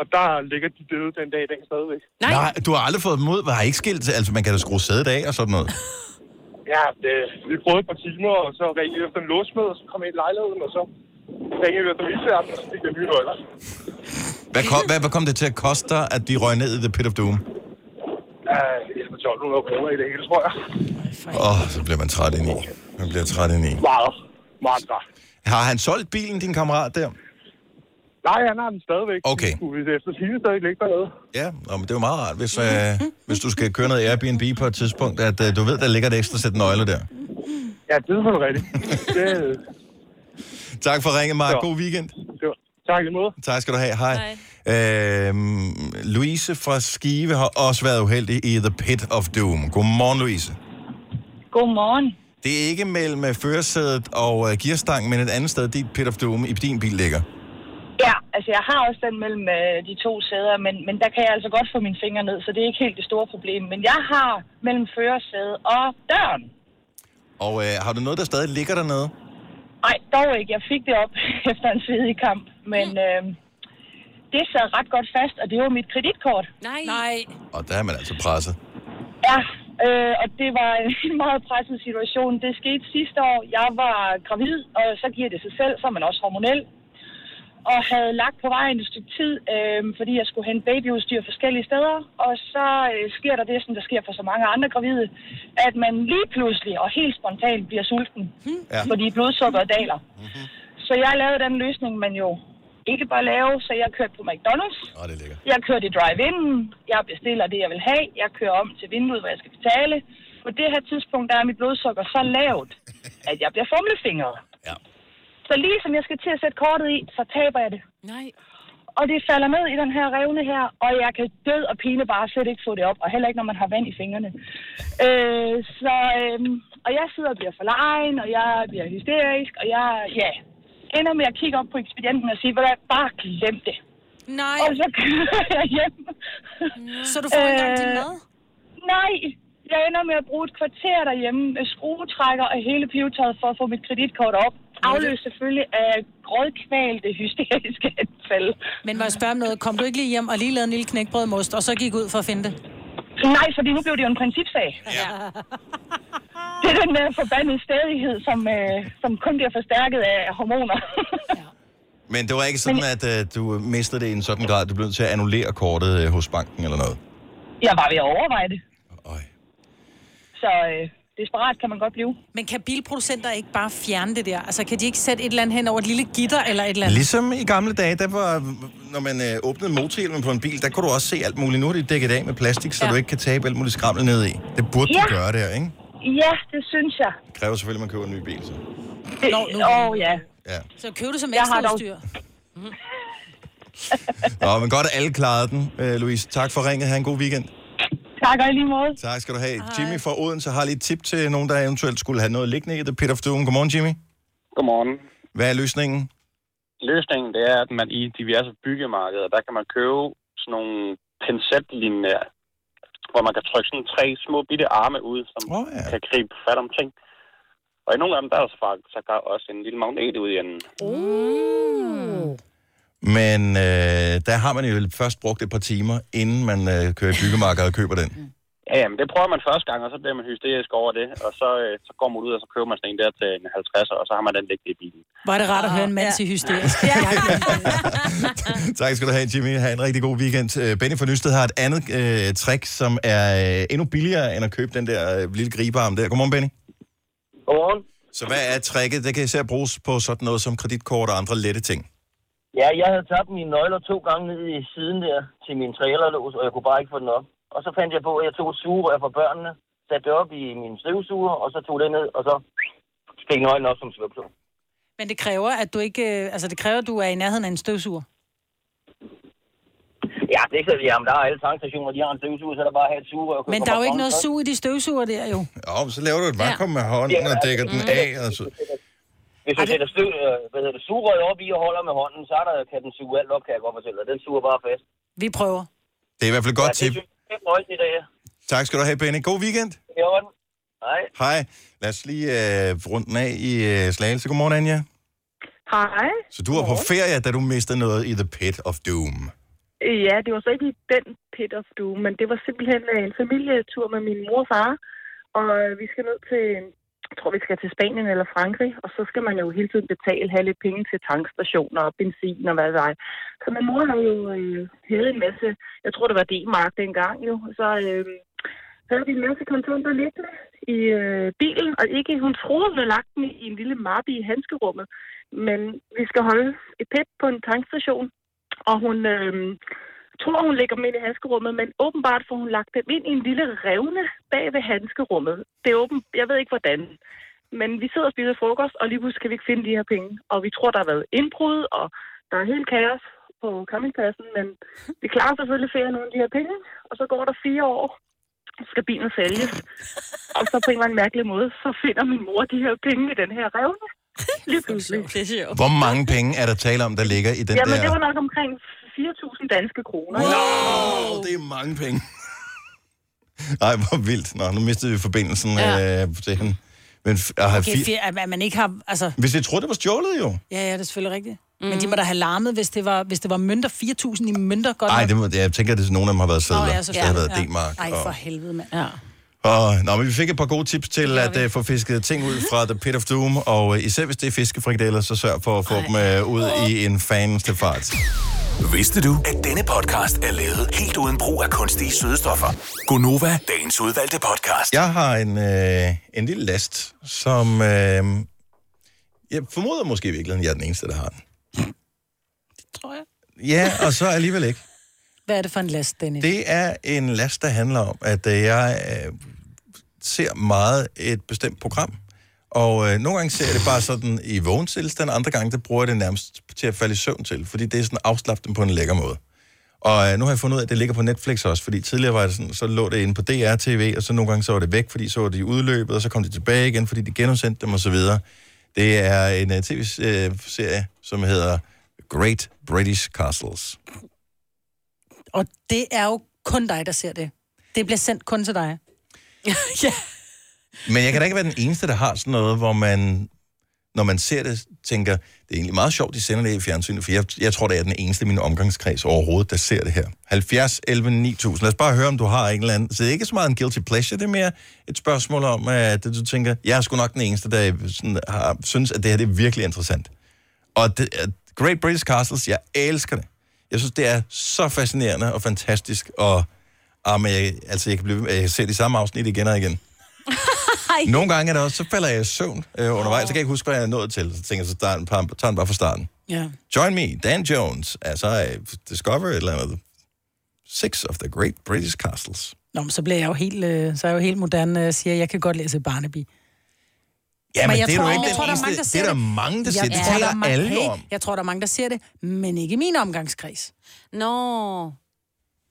Og der ligger de døde den dag i dag stadigvæk. Nej. Nej du har aldrig fået dem ud. Var ikke skilt? Altså, man kan da skrue sædet af og sådan noget. Ja, det, øh, vi prøvede et par timer, og så ringede jeg efter en låsmed, og så kom jeg ind i lejligheden, og så ringede jeg efter vildfærden, og så fik jeg nye nøgler. Hvad kom, hvad, hvad kom det til at koste dig, at de røg ned i The Pit of Doom? Uh, 1100 kroner i det hele, tror jeg. Åh, oh, så bliver man træt ind i. Man bliver træt ind i. Meget, meget træt. Har han solgt bilen, din kammerat der? Nej, han har den stadigvæk. Okay. Skulle vi efter sine stadig ligge dernede? Ja, Nå, men det er jo meget rart, hvis, øh, hvis du skal køre noget Airbnb på et tidspunkt, at øh, du ved, der ligger et ekstra sæt nøgler der. Ja, det er vel rigtigt. det, Tak for ringen, Mark. Så. God weekend. det var, tak i lige måde. Tak skal du have. Hej. Hej. Øhm, Louise fra Skive har også været uheldig i The Pit of Doom. Godmorgen, Louise. Godmorgen. Det er ikke mellem øh, førersædet og øh, gearstangen, men et andet sted, dit Pit of Doom i din bil ligger. Ja, altså jeg har også den mellem øh, de to sæder, men, men der kan jeg altså godt få mine fingre ned, så det er ikke helt det store problem. Men jeg har mellem førersædet og døren. Og øh, har du noget, der stadig ligger dernede? Nej, dog ikke. Jeg fik det op efter en svedig kamp, men øh, det sad ret godt fast, og det var mit kreditkort. Nej. Nej. Og der er man altså presset. Ja, øh, og det var en meget presset situation. Det skete sidste år. Jeg var gravid, og så giver det sig selv, så er man også hormonel. Og havde lagt på vejen et stykke tid, øh, fordi jeg skulle hente babyudstyr forskellige steder. Og så øh, sker der det, som der sker for så mange andre gravide, at man lige pludselig og helt spontant bliver sulten, Ja. fordi blodsukkeret daler. Så jeg lavede den løsning, man jo ikke bare lave, så jeg kørte på McDonald's. Oh, det er lækkert. Jeg kører det drive-in, jeg bestiller det, jeg vil have, jeg kører om til vinduet, hvor jeg skal betale. På det her tidspunkt, der er mit blodsukker så lavt, at jeg bliver fumlefingret. Ja. Så lige som jeg skal til at sætte kortet i, så taber jeg det. Nej. Og det falder ned i den her revne her, og jeg kan død og pine bare slet ikke få det op, og heller ikke, når man har vand i fingrene. Øh, så, øh, og jeg sidder og bliver forlegen, og jeg bliver hysterisk, og jeg, ja, ender med at kigge op på ekspedienten og sige, hvad der, bare glem det. Nej. Mm. Og så kører jeg hjem. Øh, Så du får ikke engang din mad? Nej, jeg ender med at bruge et kvarter derhjemme med skruetrækker og hele pivetøjet for at få mit kreditkort op. Afløst selvfølgelig af grådkvalte hysteriske anfald. Men må jeg spørge om noget? Kom du ikke lige hjem og lige lavede en lille knækbrød med ost, og så gik ud for at finde det? Nej, fordi nu blev det jo en principsag. Ja. Det er den der forbandede stædighed, som, øh, som kun bliver forstærket af hormoner. Men det var ikke sådan, at øh, du mistede det i en sådan grad, at du blev nødt til at annullere kortet øh, hos banken eller noget? jeg var ved at overveje det. Så øh, desperat kan man godt blive. Men kan bilproducenter ikke bare fjerne det der? Altså, kan de ikke sætte et eller andet hen over et lille gitter eller et eller andet? Ligesom i gamle dage, der var, når man øh, åbnede motorhjelmen på en bil, der kunne du også se alt muligt. Nu er det dækket af med plastik, så ja. du ikke kan tabe alt muligt skrammel ned i. Det burde ja. Ja. du gøre der, ikke? Ja, det synes jeg. Det kræver selvfølgelig, at man køber en ny bil. Så. Det, Nå, nu. Åh, ja. Ja. Så køb det som Jeg har ekstra udstyr. Nå, men godt, at alle klarede den, øh, Louise. Tak for ringet. Ha' en god weekend. Tak, og i lige måde. Tak skal du have. Hej. Jimmy fra Odense har lige et tip til nogen, der eventuelt skulle have noget liggende i The Pit of Doom. Godmorgen, Jimmy. Godmorgen. Hvad er løsningen? Løsningen det er, at man i diverse byggemarkeder, der kan man købe sådan nogle pincetlinjer, hvor man kan trykke sådan tre små bitte arme ud, som oh, ja. kan gribe fat om ting. Og i nogle af dem, der er der så faktisk så der er også en lille magnet ud i enden. Men øh, der har man jo først brugt et par timer, inden man øh, kører i byggemarkedet og køber den. Ja, jamen, det prøver man første gang, og så bliver man hysterisk over det, og så, øh, så går man ud, og så køber man sådan en der til en 50'er, og så har man den liggende i bilen. Var det rart at høre en mand til hysterisk? Tak skal du have, Jimmy. Ha' en rigtig god weekend. Øh, Benny fra Nysted har et andet øh, trick, som er øh, endnu billigere end at købe den der øh, lille gribearm der. Godmorgen, Benny. Godmorgen. Så hvad er tricket? Det kan især bruges på sådan noget som kreditkort og andre lette ting. Ja, jeg havde tabt mine nøgler to gange ned i siden der til min trailerlås, og jeg kunne bare ikke få den op. Og så fandt jeg på, at jeg tog et sugerør fra børnene, satte det op i min støvsuger, og så tog det ned, og så fik nøglen op som svøbslås. Men det kræver, at du ikke... øh, Altså, det kræver, at du er i nærheden af en støvsuger. Ja, det er ikke så, jamen, der er alle tankstationer, de har en støvsuger, så er der bare at have et sugerør. og købe Men fra der er jo ikke McDonald's noget først. sug i de støvsuger der, jo. Mm. Jo, så laver du et vakuum med hånden og dækker den af. Og så. Hvis du sætter støv, øh, hvad hedder det, sugerøret op i og holder med hånden, så er der, kan den suge alt op, kan jeg godt fortælle dig. Den suger bare fast. Vi prøver. Det er i hvert fald et godt tip. Det er i dag. Tak skal du have, Benny. God weekend. Det er i orden. Hej. Hej. Lad os lige øh, runde den af i øh, Slagelse. Godmorgen, Anja. Hej. Så du var på ferie, da du mistede noget i The Pit of Doom. Ja, det var så ikke i den pit of doom, men det var simpelthen øh, en familietur med min mor og far. Og øh, vi skal ned til, jeg tror vi skal til Spanien eller Frankrig, og så skal man jo hele tiden betale, have lidt penge til tankstationer og benzin og hvad ved jeg. Så min mor havde jo øh, hævet en masse, jeg tror det var D-mark dengang jo, så øh, havde vi en masse kontanter liggende i øh, bilen, og ikke, hun troede, hun havde lagt den i en lille mappe i handskerummet, men vi skal holde et pip på en tankstation, og hun øh, tror, hun lægger dem ind i handskerummet, men åbenbart får hun lagt dem ind i en lille revne bag ved handskerummet. Det er åben, jeg ved ikke hvordan. Men vi sidder og spiser frokost, og lige pludselig kan vi ikke finde de her penge. Og vi tror, der har været indbrud, og der er helt kaos på campingpladsen, men vi klarer selvfølgelig flere nogle af de her penge, og så går der fire år, så skal bilen sælges. Og så på en eller anden mærkelig måde, så finder min mor de her penge i den her revne. Lige pludselig. Hvor mange penge er der tale om, der ligger i den Jamen, der... det var nok omkring 4.000 danske kroner. Wow, det er mange penge. Ej, hvor vildt. Nå, nu mistede vi forbindelsen Ja. ja. øh, til hende. Men, f- ah, Okay, fire... fire, at at man ikke har... Altså, Hvis jeg troede, det var stjålet, jo. ja, ja, det er selvfølgelig rigtigt. Mm. Men de må da have larmet, hvis det var, hvis det var mønter 4.000 i mønter godt Nej, nok. det må, jeg tænker, at det er nogle af dem har været Nå, sædler. Oh, ja, så det har været D-mark. Ej, for og, helvede, mand. Ja. og, nå, men vi fik et par gode tips til at uh, få fisket ting ud fra The Pit of Doom, og uh, især hvis det er fiskefrikadeller, så sørg for at få dem uh, ud i en fans til fart. Vidste du, at denne podcast er lavet helt uden brug af kunstige sødestoffer? Gonova, dagens udvalgte podcast. Jeg har en, øh, en lille last, som øh, jeg formoder måske i virkeligheden, jeg er den eneste, der har den. Ja, og så alligevel ikke. Hvad er det for en last, Dennis? Det er en last, der handler om, at øh, jeg øh, ser meget et bestemt program. Og øh, nogle gange ser jeg det bare sådan i vågen tilstand, andre gange der bruger jeg det nærmest til at falde i søvn til, fordi det er sådan afslappet på en lækker måde. Og øh, nu har jeg fundet ud af, at det ligger på Netflix også, fordi tidligere var det sådan, så lå det inde på DR-TV, og så nogle gange så var det væk, fordi så var det i udløbet, og så kom det tilbage igen, fordi de genudsendte dem osv. Det er en uh, tv-serie, som hedder Great British Castles. Og det er jo kun dig, der ser det. Det bliver sendt kun til dig. ja. Men jeg kan da ikke være den eneste, der har sådan noget, hvor man, når man ser det, tænker, det er egentlig meget sjovt, de sender det i fjernsynet, for jeg, jeg tror, det er den eneste i min omgangskreds overhovedet, der ser det her. 70, 11, 9000. Lad os bare høre, om du har en eller anden. Så det er ikke så meget en guilty pleasure, det er mere et spørgsmål om, at du tænker, jeg er sgu nok den eneste, der sådan, har, synes, at det her det er virkelig interessant. Og det, at Great British Castles, jeg elsker det. Jeg synes, det er så fascinerende og fantastisk, og ah, men jeg, altså, jeg kan blive, ved med- jeg kan se de samme afsnit igen og igen. Nogle gange er det også, så falder jeg i søvn øh, undervejs, så kan jeg ikke huske, hvad jeg er nået til. Så tænker jeg, så tager den, bare- tager den bare fra starten. Ja. Join me, Dan Jones, altså øh, Discover et eller andet. Six of the Great British Castles. Nå, men så bliver jeg jo helt, øh, så er jeg jo helt moderne og siger, at jeg kan godt læse Barnaby. Ja, men jeg det er tror- du ikke jeg den tror, der er mange, eneste. der det ser er der det. mange, der Jeg siger. Det tror, der er taler mange- alle hey, om. Jeg tror, der er mange, der ser det, men ikke i min omgangskreds. Nå.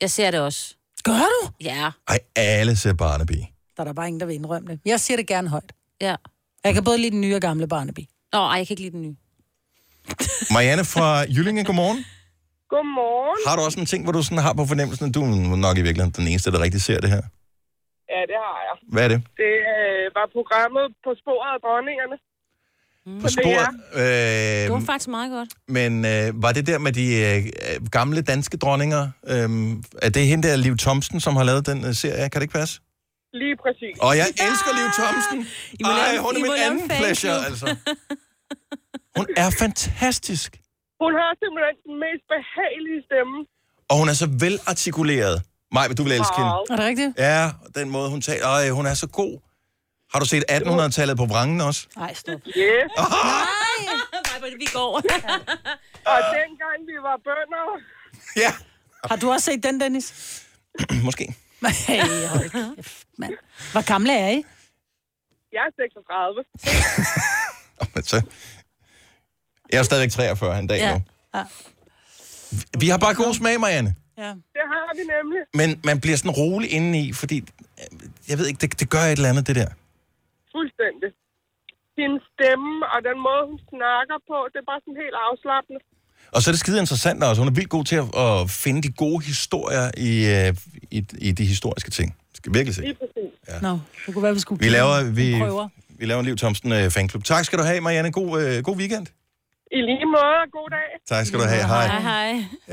Jeg ser det også. Gør du? Ja. Ej, alle ser Barnaby. Der er der bare ingen, der vil indrømme det. Jeg siger det gerne højt. Ja. Jeg kan både lide den nye og gamle Barnaby. Nå, ej, jeg kan ikke lide den nye. Marianne fra Jyllinge, godmorgen. Godmorgen. Har du også en ting, hvor du sådan har på fornemmelsen, at du er nok i virkeligheden den eneste, der rigtig ser det her? Ja, det har jeg. Hvad er det? Det øh, var programmet På sporet af dronningerne. Mm. På sporet? Øh, Det var faktisk meget godt. Men øh, var det der med de øh, øh, gamle danske dronninger? Øh, er det hende der, Liv Thomsen, som har lavet den øh, serie? Kan det ikke passe? Lige præcis. Og jeg elsker Liv Thomsen. må lave- Ej, hun I må er min lave anden en fanklub. pleasure, altså. Hun er fantastisk. Hun har simpelthen den mest behagelige stemme. Og hun er så velartikuleret. Maj, vil du vil elske hende. Wow. Er det rigtigt? Ja, den måde, hun taler. Ej, hun er så god. Har du set 1800-tallet på vrangen også? Nej, stop. Yes. Nej, nej, hvor er det, vi går. Og dengang vi var bønder. Ja. Har du også set den, Dennis? Måske. Hey, hold kæft, mand. Hvor gamle er I? Jeg er 36. Men så... Jeg er stadigvæk 43 en dag Ja. ja. nu. Ja. Vi har bare god smag, Marianne. Ja. Det har vi nemlig. Men man bliver sådan rolig indeni, fordi... øh, Jeg ved ikke, det, det gør et eller andet, det der. Fuldstændig. Hendes stemme og den måde, hun snakker på, det er bare sådan helt afslappende. Og så er det skide interessant også. Hun er vildt god til at, at finde de gode historier i, øh, i, i de historiske ting. Skal virkelig se. Lige præcis. Ja. Nå, det kunne være, vi skulle Vi laver, vi, prøver. vi laver en Liv Thomsen øh, fanklub. Tak skal du have, Marianne. God, øh, god weekend. I lige måde, god dag. Tak skal du have. Hej. hej.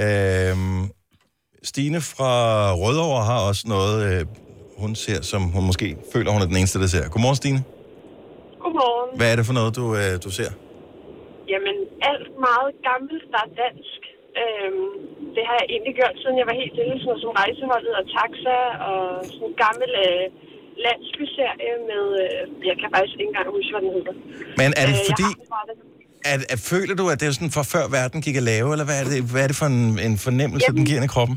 Øhm, Stine fra Rødovre har også noget, øh, hun ser, som hun måske føler, hun er den eneste, der ser. Godmorgen, Stine. Godmorgen. Hvad er det for noget, du, øh, du ser? Jamen, alt meget gammelt, der er dansk. Øhm, det har jeg egentlig gjort, siden jeg var helt lille, sådan noget som rejseholdet og taxa, og sådan en gammel øh, landsbyserie med, øh, jeg kan faktisk ikke engang huske, hvad den hedder. Øh, Men er det jeg fordi, har den bare, der- at, at føler du, at det er sådan fra før verden gik at lave, eller hvad er det, hvad er det for en, en fornemmelse, Jamen. den giver ind i kroppen?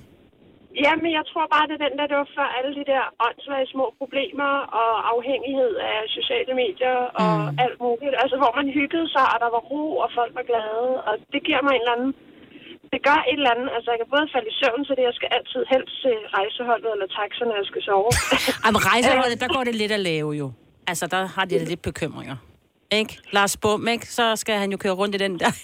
Jamen, jeg tror bare, det er den der, det var før alle de der åndssvage små problemer og afhængighed af sociale medier og mm. alt muligt. Altså, hvor man hyggede sig, og der var ro, og folk var glade, og det giver mig en eller anden... Det gør et eller andet. Altså, jeg kan både falde i søvn, så det jeg skal altid helst se rejseholdet eller taxa, når jeg skal sove. Ej, men rejseholdet, der går det lidt at lave jo. Altså, der har de da lidt bekymringer. Ikke? Lars Bum, ikke? Så skal han jo køre rundt i den der.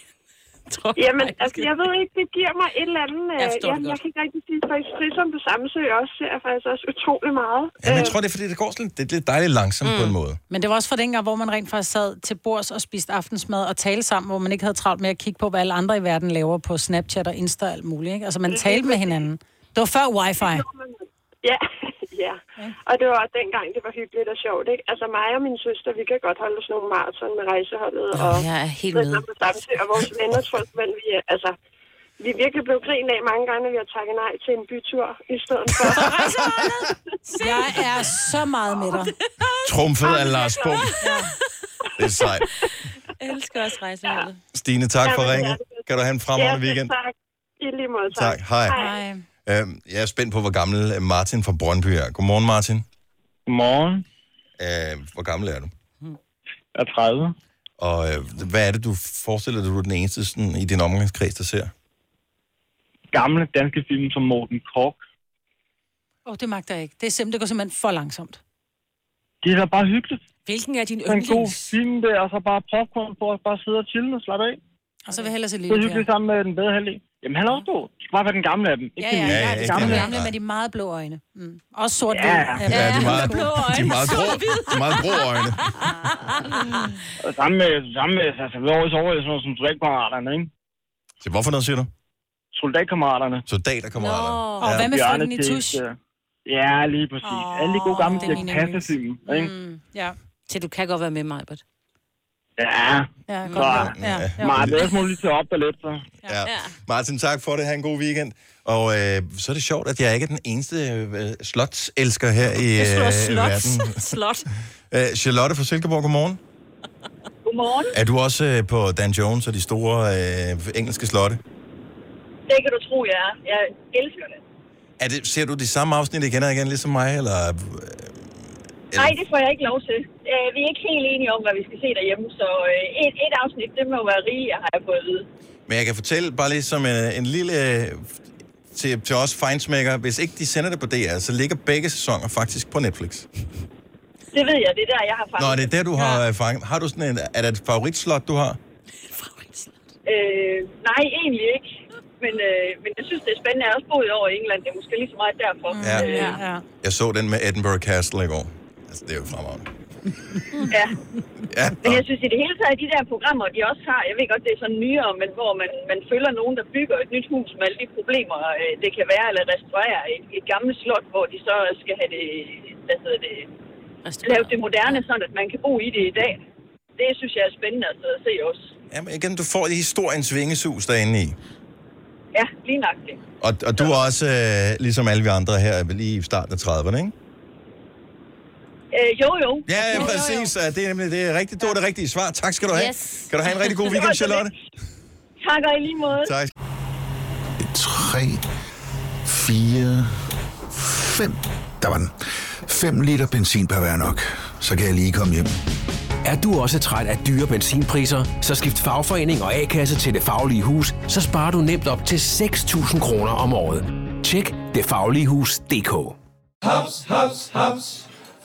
Tror jeg. Jamen, altså, jeg ved ikke, det giver mig et eller andet... Jeg Jeg, forstår det jamen, godt. jeg kan ikke rigtig sige, faktisk Frisom på Samsø også ser jeg faktisk også utrolig meget. Jamen, Øh. jeg tror, det er, fordi det går sådan, det er lidt dejligt langsomt mm. på en måde. Men det var også fra dengang, hvor man rent faktisk sad til bords og spiste aftensmad og talte sammen, hvor man ikke havde travlt med at kigge på, hvad alle andre i verden laver på Snapchat og Insta og alt muligt. Ikke? Altså, man Lige talte med præcis. hinanden. Det var før wifi. Ja, ja. Og det var også dengang, det var hyggeligt og sjovt, ikke? Altså mig og min søster, vi kan godt holde sådan nogle maraton med rejseholdet. Nå, og jeg er helt venner med. på Samsø, og vores venner, tror jeg, men vi er, altså... Vi er virkelig blevet grint af mange gange, når vi har takket nej til en bytur i stedet for. Jeg er så meget med dig. Trumfet af Lars Bum. Det er sejt. Jeg elsker også rejseholdet. Stine, tak for Jamen, ringet. ja. Kan du have en fremragende Ja, weekend? tak. I I lige måde. Tak. Hej. Hej. Øhm, jeg er spændt på, hvor gammel øh, Martin fra Brøndby er. Godmorgen, Martin. Godmorgen. Øh, hvor gammel er du? Jeg er 30. Og øh, hvad er det, du forestiller dig, du er den eneste sådan, i din omgangskreds, der ser? Gamle danske film som Morten Kork. Åh, oh, det magter jeg ikke. Det, er simpelthen, det går simpelthen for langsomt. Det er da bare hyggeligt. Hvilken er din Så en god yndlings? film der, og så bare popcorn på, og bare sidde og chille og slappe af. Og så vil jeg hellere se Det er hyggeligt Lille sammen med den bedre halvdel. Jamen, han er også god. Det skal bare være den gamle af dem. Ja, den ja, nye. ja, Den det gamle, gamle med de meget blå øjne. Mm. Også sort Ja. Ja, de er meget- de er meget grå- de er meget grå øjne. Og Sammen med, sammen med, altså, vi over i sover, sådan noget som soldatkammeraterne, ikke? Så hvorfor noget siger du? Soldatkammeraterne. Soldaterkammerater. Nå. Og hvad med frygten i tusch? Ja, lige præcis. Oh, Alle de gode gamle Dirk Passer-film, ikke? Ja. Mm, Så du kan godt være med mig, Albert. Ja. Ja, Så, godt. Ja, ja. Meget bedre må du lige tage op der lidt, så. Ja. Martin, tak for det. Ha' en god weekend. Og øh, så er det sjovt, at jeg ikke er den eneste øh, slotselsker her i Jeg slår øh, slot. verden. slot. Øh, Charlotte fra Silkeborg, godmorgen. Godmorgen. Er du også øh, på Dan Jones og de store øh, engelske slotte? Det kan du tro, jeg er. Jeg elsker det. Er det, ser du de samme afsnit igen og igen, ligesom mig? Eller, Nej, det får jeg ikke lov til. Øh, vi er ikke helt enige om, hvad vi skal se derhjemme, så øh, et, et afsnit, det må være rige, jeg har jeg fået at vide. men jeg kan fortælle bare lige som en, en lille øh, til, til os fejnsmækker. Hvis ikke de sender det på DR, så ligger begge sæsoner faktisk på Netflix. Det ved jeg, det er der, jeg har fanget. Nå, det er der, du har ja. fanget. Har du sådan en, er det et favoritslot, du har? Øh, nej, egentlig ikke. Men, øh, men jeg synes, det er spændende. Jeg har også boet over i England. Det er måske lige så meget derfor. Ja. Øh, Ja, ja. Jeg så den med Edinburgh Castle i går. Altså, det er jo fremragende. Mm. ja. Ja, Men jeg synes i det hele taget, de der programmer, de også har, jeg ved godt, det er sådan nyere, men hvor man, man følger nogen, der bygger et nyt hus med alle de problemer, øh, det kan være, eller restaurerer et, et gammelt slot, hvor de så skal have det, hvad hedder det, lave det moderne, sådan at man kan bo i det i dag. Det synes jeg er spændende at sidde og se også. Jamen, igen, du får historiens vingesus derinde i. Ja, lige nok det. Og, og du er også, øh, ligesom alle vi andre her, vel lige i starten af 30'erne, ikke? Øh, jo, jo. Ja, ja præcis. Ja, Det er nemlig det er rigtigt. Det var det rigtige svar. Tak skal du have. Yes. Kan du have en rigtig god Det var weekend, så lidt. Charlotte? Tak og i lige måde. Tak. 3, 4, 5. Der var den. 5 liter benzin per hver nok. Så kan jeg lige komme hjem. Er du også træt af dyre benzinpriser, så skift fagforening og A-kasse til Det Faglige Hus, så sparer du nemt op til 6.000 kroner om året. Tjek detfagligehus.dk Haps, haps, haps.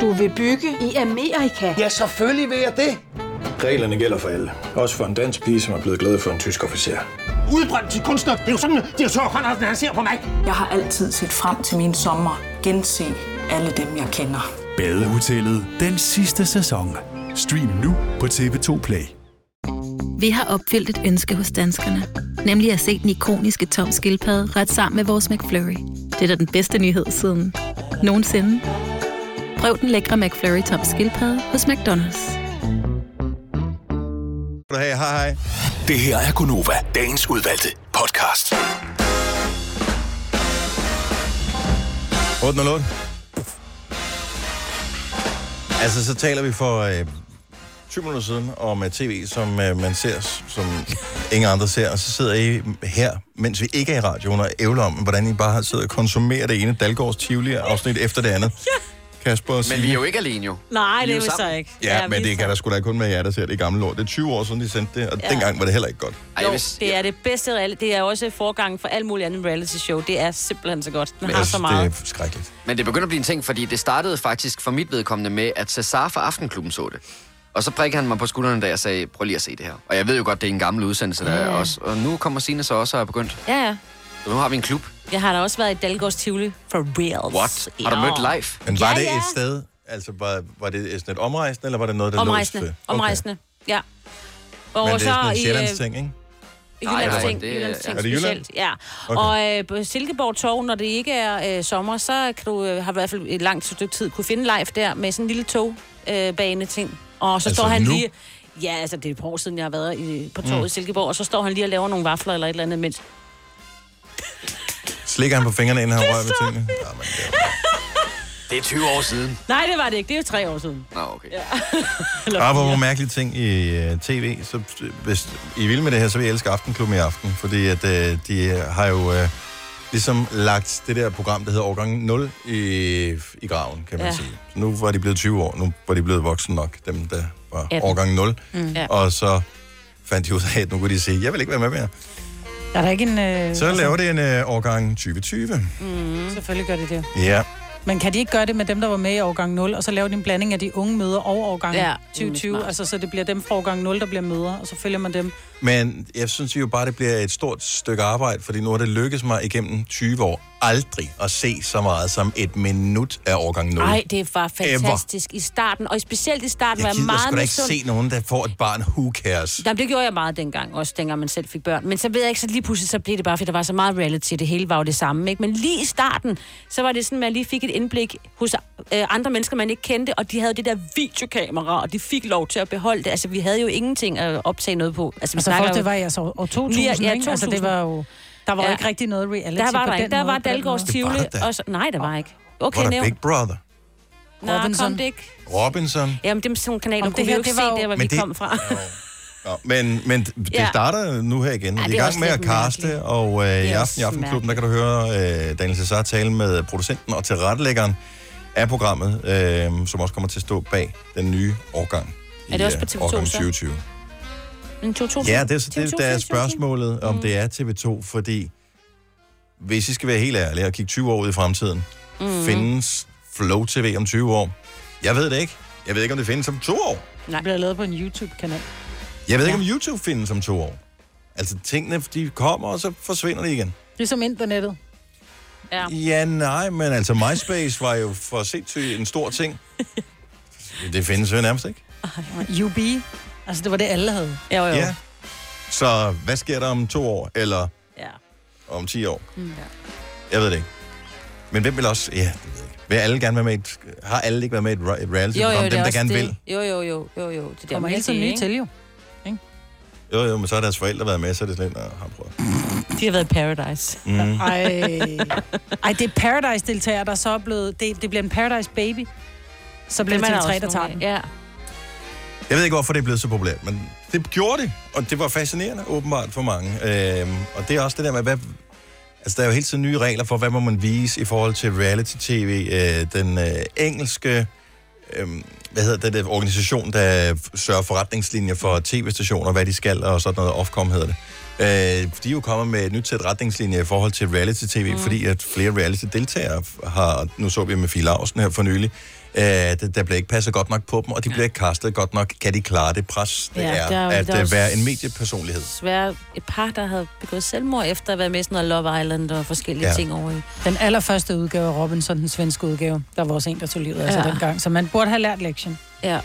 Du vil bygge i Amerika? Ja, selvfølgelig vil jeg det. Reglerne gælder for alle. Også for en dansk pige, som er blevet glad for en tysk officer. Udbrændt til kunstner. Det er jo sådan, at de har tørt, han, han ser på mig. Jeg har altid set frem til min sommer. Gense alle dem, jeg kender. Badehotellet den sidste sæson. Stream nu på TV2 Play. Vi har opfyldt et ønske hos danskerne. Nemlig at se den ikoniske tom skildpadde ret sammen med vores McFlurry. Det er da den bedste nyhed siden nogensinde. Prøv den lækre McFlurry tom skildpadde hos McDonald's. Skal du have. Hej, hej. Det her er Gunova, dagens udvalgte podcast. 808. Altså, så taler vi for øh, 20 minutter siden om uh, tv, som øh, man ser, s- som ingen andre ser. Og så sidder I her, mens vi ikke er i radioen, og ævler om, hvordan I bare sidder og konsumerer det ene Dalgårds Tivoli-afsnit efter det andet. Ja. Kasper og Men Signe. vi er jo ikke alene jo. Nej, Vi er det er jo vi så sammen. ikke. Ja, ja men det kan da sgu da kun være jer, der ser det gamle lort. Det er 20 år siden, de sendte det, og Ja. ja. dengang var det heller ikke godt. Jo, det er det bedste reality. Det er også forgangen for alt muligt andet reality show. Det er simpelthen så godt. Den har så meget. Det er skrækkeligt. Men det begynder at blive en ting, fordi det startede faktisk for mit vedkommende med, at Cesar fra Aftenklubben så det. Og så prikkede han mig på skulderen, da jeg sagde, prøv lige at se det her. Og jeg ved jo godt, det er en gammel udsendelse, der er Ja. også. Og nu kommer Signe så også og er begyndt. Ja, ja. Så nu har vi en klub. Jeg har da også været i Dalgårds Tivoli for real. What? Har du mødt live? Men var Ja, ja, det ja. et sted, altså var, var det sådan et omrejsende, eller var det noget, der lå Omrejsende. et sted? Omrejsende, ja. Men det er sådan en i, øh, Sjællands-ting, ikke? I Nej, Jyllands nej, ting, det er- Jyllands ting Er det Jylland? specielt, ja. Okay. Okay. Og øh, på Silkeborg Torv, når det ikke er øh, sommer, så kan du, øh, har du i hvert fald et langt stykke tid kunne finde live der med sådan en lille togbane øh, ting. Og så Altså står han nu? lige... Ja, altså det er et par år siden, jeg har været i, på torvet Mm. mm. i Silkeborg, og så står han lige og laver nogle vafler eller et eller andet, mens... Slikker han på fingrene, inden han Det er rører ved så tingene? Det er 20 år siden. Nej, det var det ikke. Det er jo tre år siden. Nå, okay. Ja. Og hvor mærkelige ting i øh, tv, så øh, hvis I vil med det her, så vil jeg elske Aftenklubben i aften, fordi at, øh, de har jo øh, ligesom lagt det der program, der hedder Årgang 0 i, i graven, kan man Ja. ja. sige. Så nu var de blevet 20 år, nu var de blevet voksne nok, dem der var Atten. Årgang 0. Mm. Ja. Og så fandt de ud af, at nu kunne de sige, jeg vil ikke være med mere. Der er der ikke en... Øh, Så laver det en øh, årgang 2020. Mm. Selvfølgelig gør det det. Ja. Men kan de ikke gøre det med dem, der var med i årgang 0, og så lave de en blanding af de unge møder og årgang Ja, ja, mm, 2020? smart. Altså, så det bliver dem fra årgang 0, der bliver møder, og så følger man dem. Men jeg synes jo bare, det bliver et stort stykke arbejde, fordi nu har det lykkedes mig igennem 20 år aldrig at se så meget som et minut af årgang 0. Nej, det var fantastisk Ever. i starten, og specielt i starten var jeg jeg gider sgu meget da ikke se nogen, der får et barn. Who cares? Jamen, det gjorde jeg meget dengang, også dengang man selv fik børn. Men så ved jeg ikke, så lige pludselig så blev det bare, fordi der var så meget reality, det hele var jo det samme. Ikke? Men lige i starten, så var det sådan, at man lige fik et indblik hos øh, andre mennesker, man ikke kendte, og de havde det der videokamera, og de fik lov til at beholde det. Altså, vi havde jo ingenting at optage noget på. vi Altså, snakker for jo- det var i altså år år 2000, Ja, ja, ja, ja, ikke? Altså, det 2000. var jo... Der var Ja. ja. ikke rigtig noget reality Der var på der den ikke. Der måde, var på den Dalgårds måde. Tivoli. Og så, nej, der var ikke. Okay, Var der nævn. Big Brother? Nej, Robinson. kom det ikke. Robinson? Jamen, dem sådan nogle kanaler Om kunne vi det her, jo ikke det se var jo- der, hvor Men vi det- kom fra. Nå, men, men det Ja. starter nu her igen. Ja, Ja, det er Vi er i gang også med at lidt kaste, og øh, i Det er aften i også Aftenklubben, der kan du høre øh, Daniel Cesar tale med producenten og tilrettelæggeren af programmet, øh, som også kommer til at stå bag den nye årgang. Er det i, også øh, på TV2 Årgang så? 2020. Men 2000. Ja, det er, så det, der er 2000. spørgsmålet, Mm. om det er TV2, fordi hvis I skal være helt ærlige og kigge 20 år ud i fremtiden, Mhm. mm. findes Flow TV om 20 år? Jeg ved det ikke. Jeg ved ikke, om det findes om to år. Nej. Det bliver lavet på en YouTube-kanal. Jeg ved ja. ikke, om YouTube findes om to år. Altså, tingene, de kommer, og så forsvinder de igen. Ligesom internettet. Ja. Ja, nej, men altså, MySpace var jo for sindssygt en stor ting. Det findes jo nærmest ikke. UB. Altså, det var det, alle havde. Jo, jo. Ja. Så hvad sker der om to år, eller Ja. om 10 år? Mm. Jeg ved det ikke. Men hvem vil også... Ja, det ved jeg ikke. Vil alle gerne være med i et, Har alle ikke været med i et ra- et reality Jo, jo, program? det Dem, er der også gerne det. vil. Jo, jo, jo, jo, jo. Det Kommer hele tiden nye til, jo. Jo, jo, men så har deres forældre været med, så er det sådan lidt, "Nå, har prøvet. De har været i Paradise. Mm. Ej. Ej, det er Paradise-deltager, der så er blevet... Det, det bliver en Paradise-baby. Så bliver det Dem er til der også tre, der tager nogle den. Ja. Jeg ved ikke, hvorfor det er blevet så populært, men det gjorde det, og det var fascinerende åbenbart for mange. Øhm, og det er også det der med, hvad, altså der er jo hele tiden nye regler for, hvad må man vise i forhold til reality-tv. Øh, den øh, engelske, øh, hvad hedder det, det, organisation, der sørger for retningslinjer for tv-stationer, hvad de skal og sådan noget, Ofcom hedder det. Øh, de er jo kommet med et nyt sæt retningslinjer i forhold til reality-tv, mm. fordi at flere reality-deltagere har, nu så vi med Fie Lausen her for nylig, øh, der, der bliver ikke passet godt nok på dem, og de bliver ikke castet godt nok. Kan de klare det pres, det Ja, ja, er, der er jo- at der er øh, jo være en mediepersonlighed? Desværre et par, der havde begået selvmord efter at være med i sådan noget Love Island og forskellige Ja. ja. ting over i. Den allerførste udgave af Robinson, den svenske udgave, der var også en, der tog livet af sig Ja. dengang. Så man burde have lært lektien. Ja.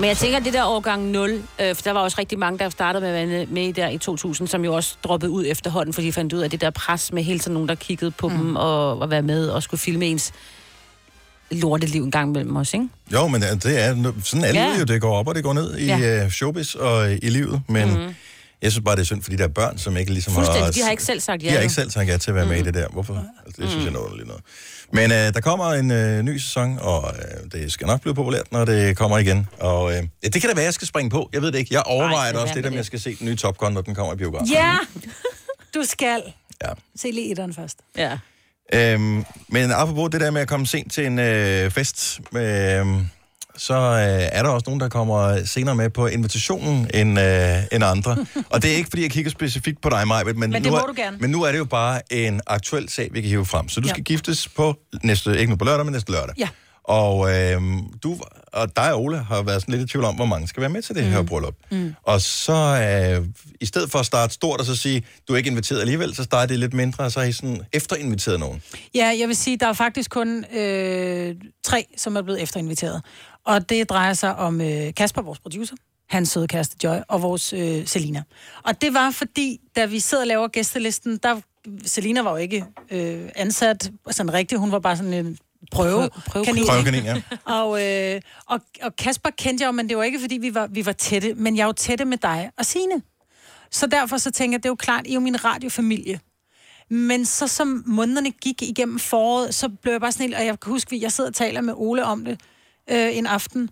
Men jeg tænker, at det der årgang 0, øh, for der var også rigtig mange, der startede med at være med i der i 2000, som jo også droppede ud efterhånden, fordi de fandt ud af det der pres med hele tiden nogen, der kiggede på mm. dem og, og være med og skulle filme ens lorteliv en gang imellem os, ikke? Jo, men øh, det er, sådan er Ja. ja. jo, det går op og det går ned i Ja. Mhm. ja. showbiz og i livet, men mm. jeg synes bare, det er synd for de der børn, som ikke ligesom har... Fuldstændig. De har ikke selv sagt ja. De har jo. Mhm. ikke selv sagt ja til at være med i det der. Hvorfor? Altså, det synes jeg er noget underligt noget. Men øh, der kommer en øh, ny sæson, og øh, det skal nok blive populært, når det kommer igen. Og øh, ja, det kan da være, jeg skal springe på. Jeg ved det ikke. Jeg Ej, overvejer lad det være også lidt, med om det. jeg skal se den nye Top Gun, når den kommer i biografen. Ja! Du skal. Mm. Ja. Se lige etteren først. Ja. Øhm, men apropos det der med at komme sent til en øh, fest, øh, så øh, er der også nogen, der kommer senere med på invitationen end, øh, end andre. Og det er ikke, fordi jeg kigger specifikt på dig, Maja, men, Men det nu må er, du gerne. men nu er det jo bare en aktuel sag, vi kan hive frem. Så du Ja. ja. skal giftes på næste, ikke nu på lørdag, men næste lørdag. Ja. Og, øh, du, og dig og Ole har været sådan lidt i tvivl om, hvor mange skal være med til det mm. her bryllup. Mm. Og så øh, i stedet for at starte stort og så sige, du er ikke inviteret alligevel, så starter det lidt mindre, og så har I sådan efterinviteret nogen. Ja, jeg vil sige, der er faktisk kun øh, tre, som er blevet efterinviteret. Og det drejer sig om øh, Kasper, vores producer, hans søde kæreste Joy, og vores øh, Selina. Og det var fordi, da vi sidder og laver gæstelisten, der, Selina var jo ikke øh, ansat sådan rigtigt, hun var bare sådan en prøve, prøve- Prøvekanin, ja. og, øh, og, og Kasper kendte jeg jo, men det var ikke, fordi vi var, vi var tætte, men jeg er jo tætte med dig og Sine. Så derfor så tænker jeg, det er jo klart, I er jo min radiofamilie. Men så som månederne gik igennem foråret, så blev jeg bare sådan helt, og jeg kan huske, at jeg sidder og taler med Ole om det øh, en aften,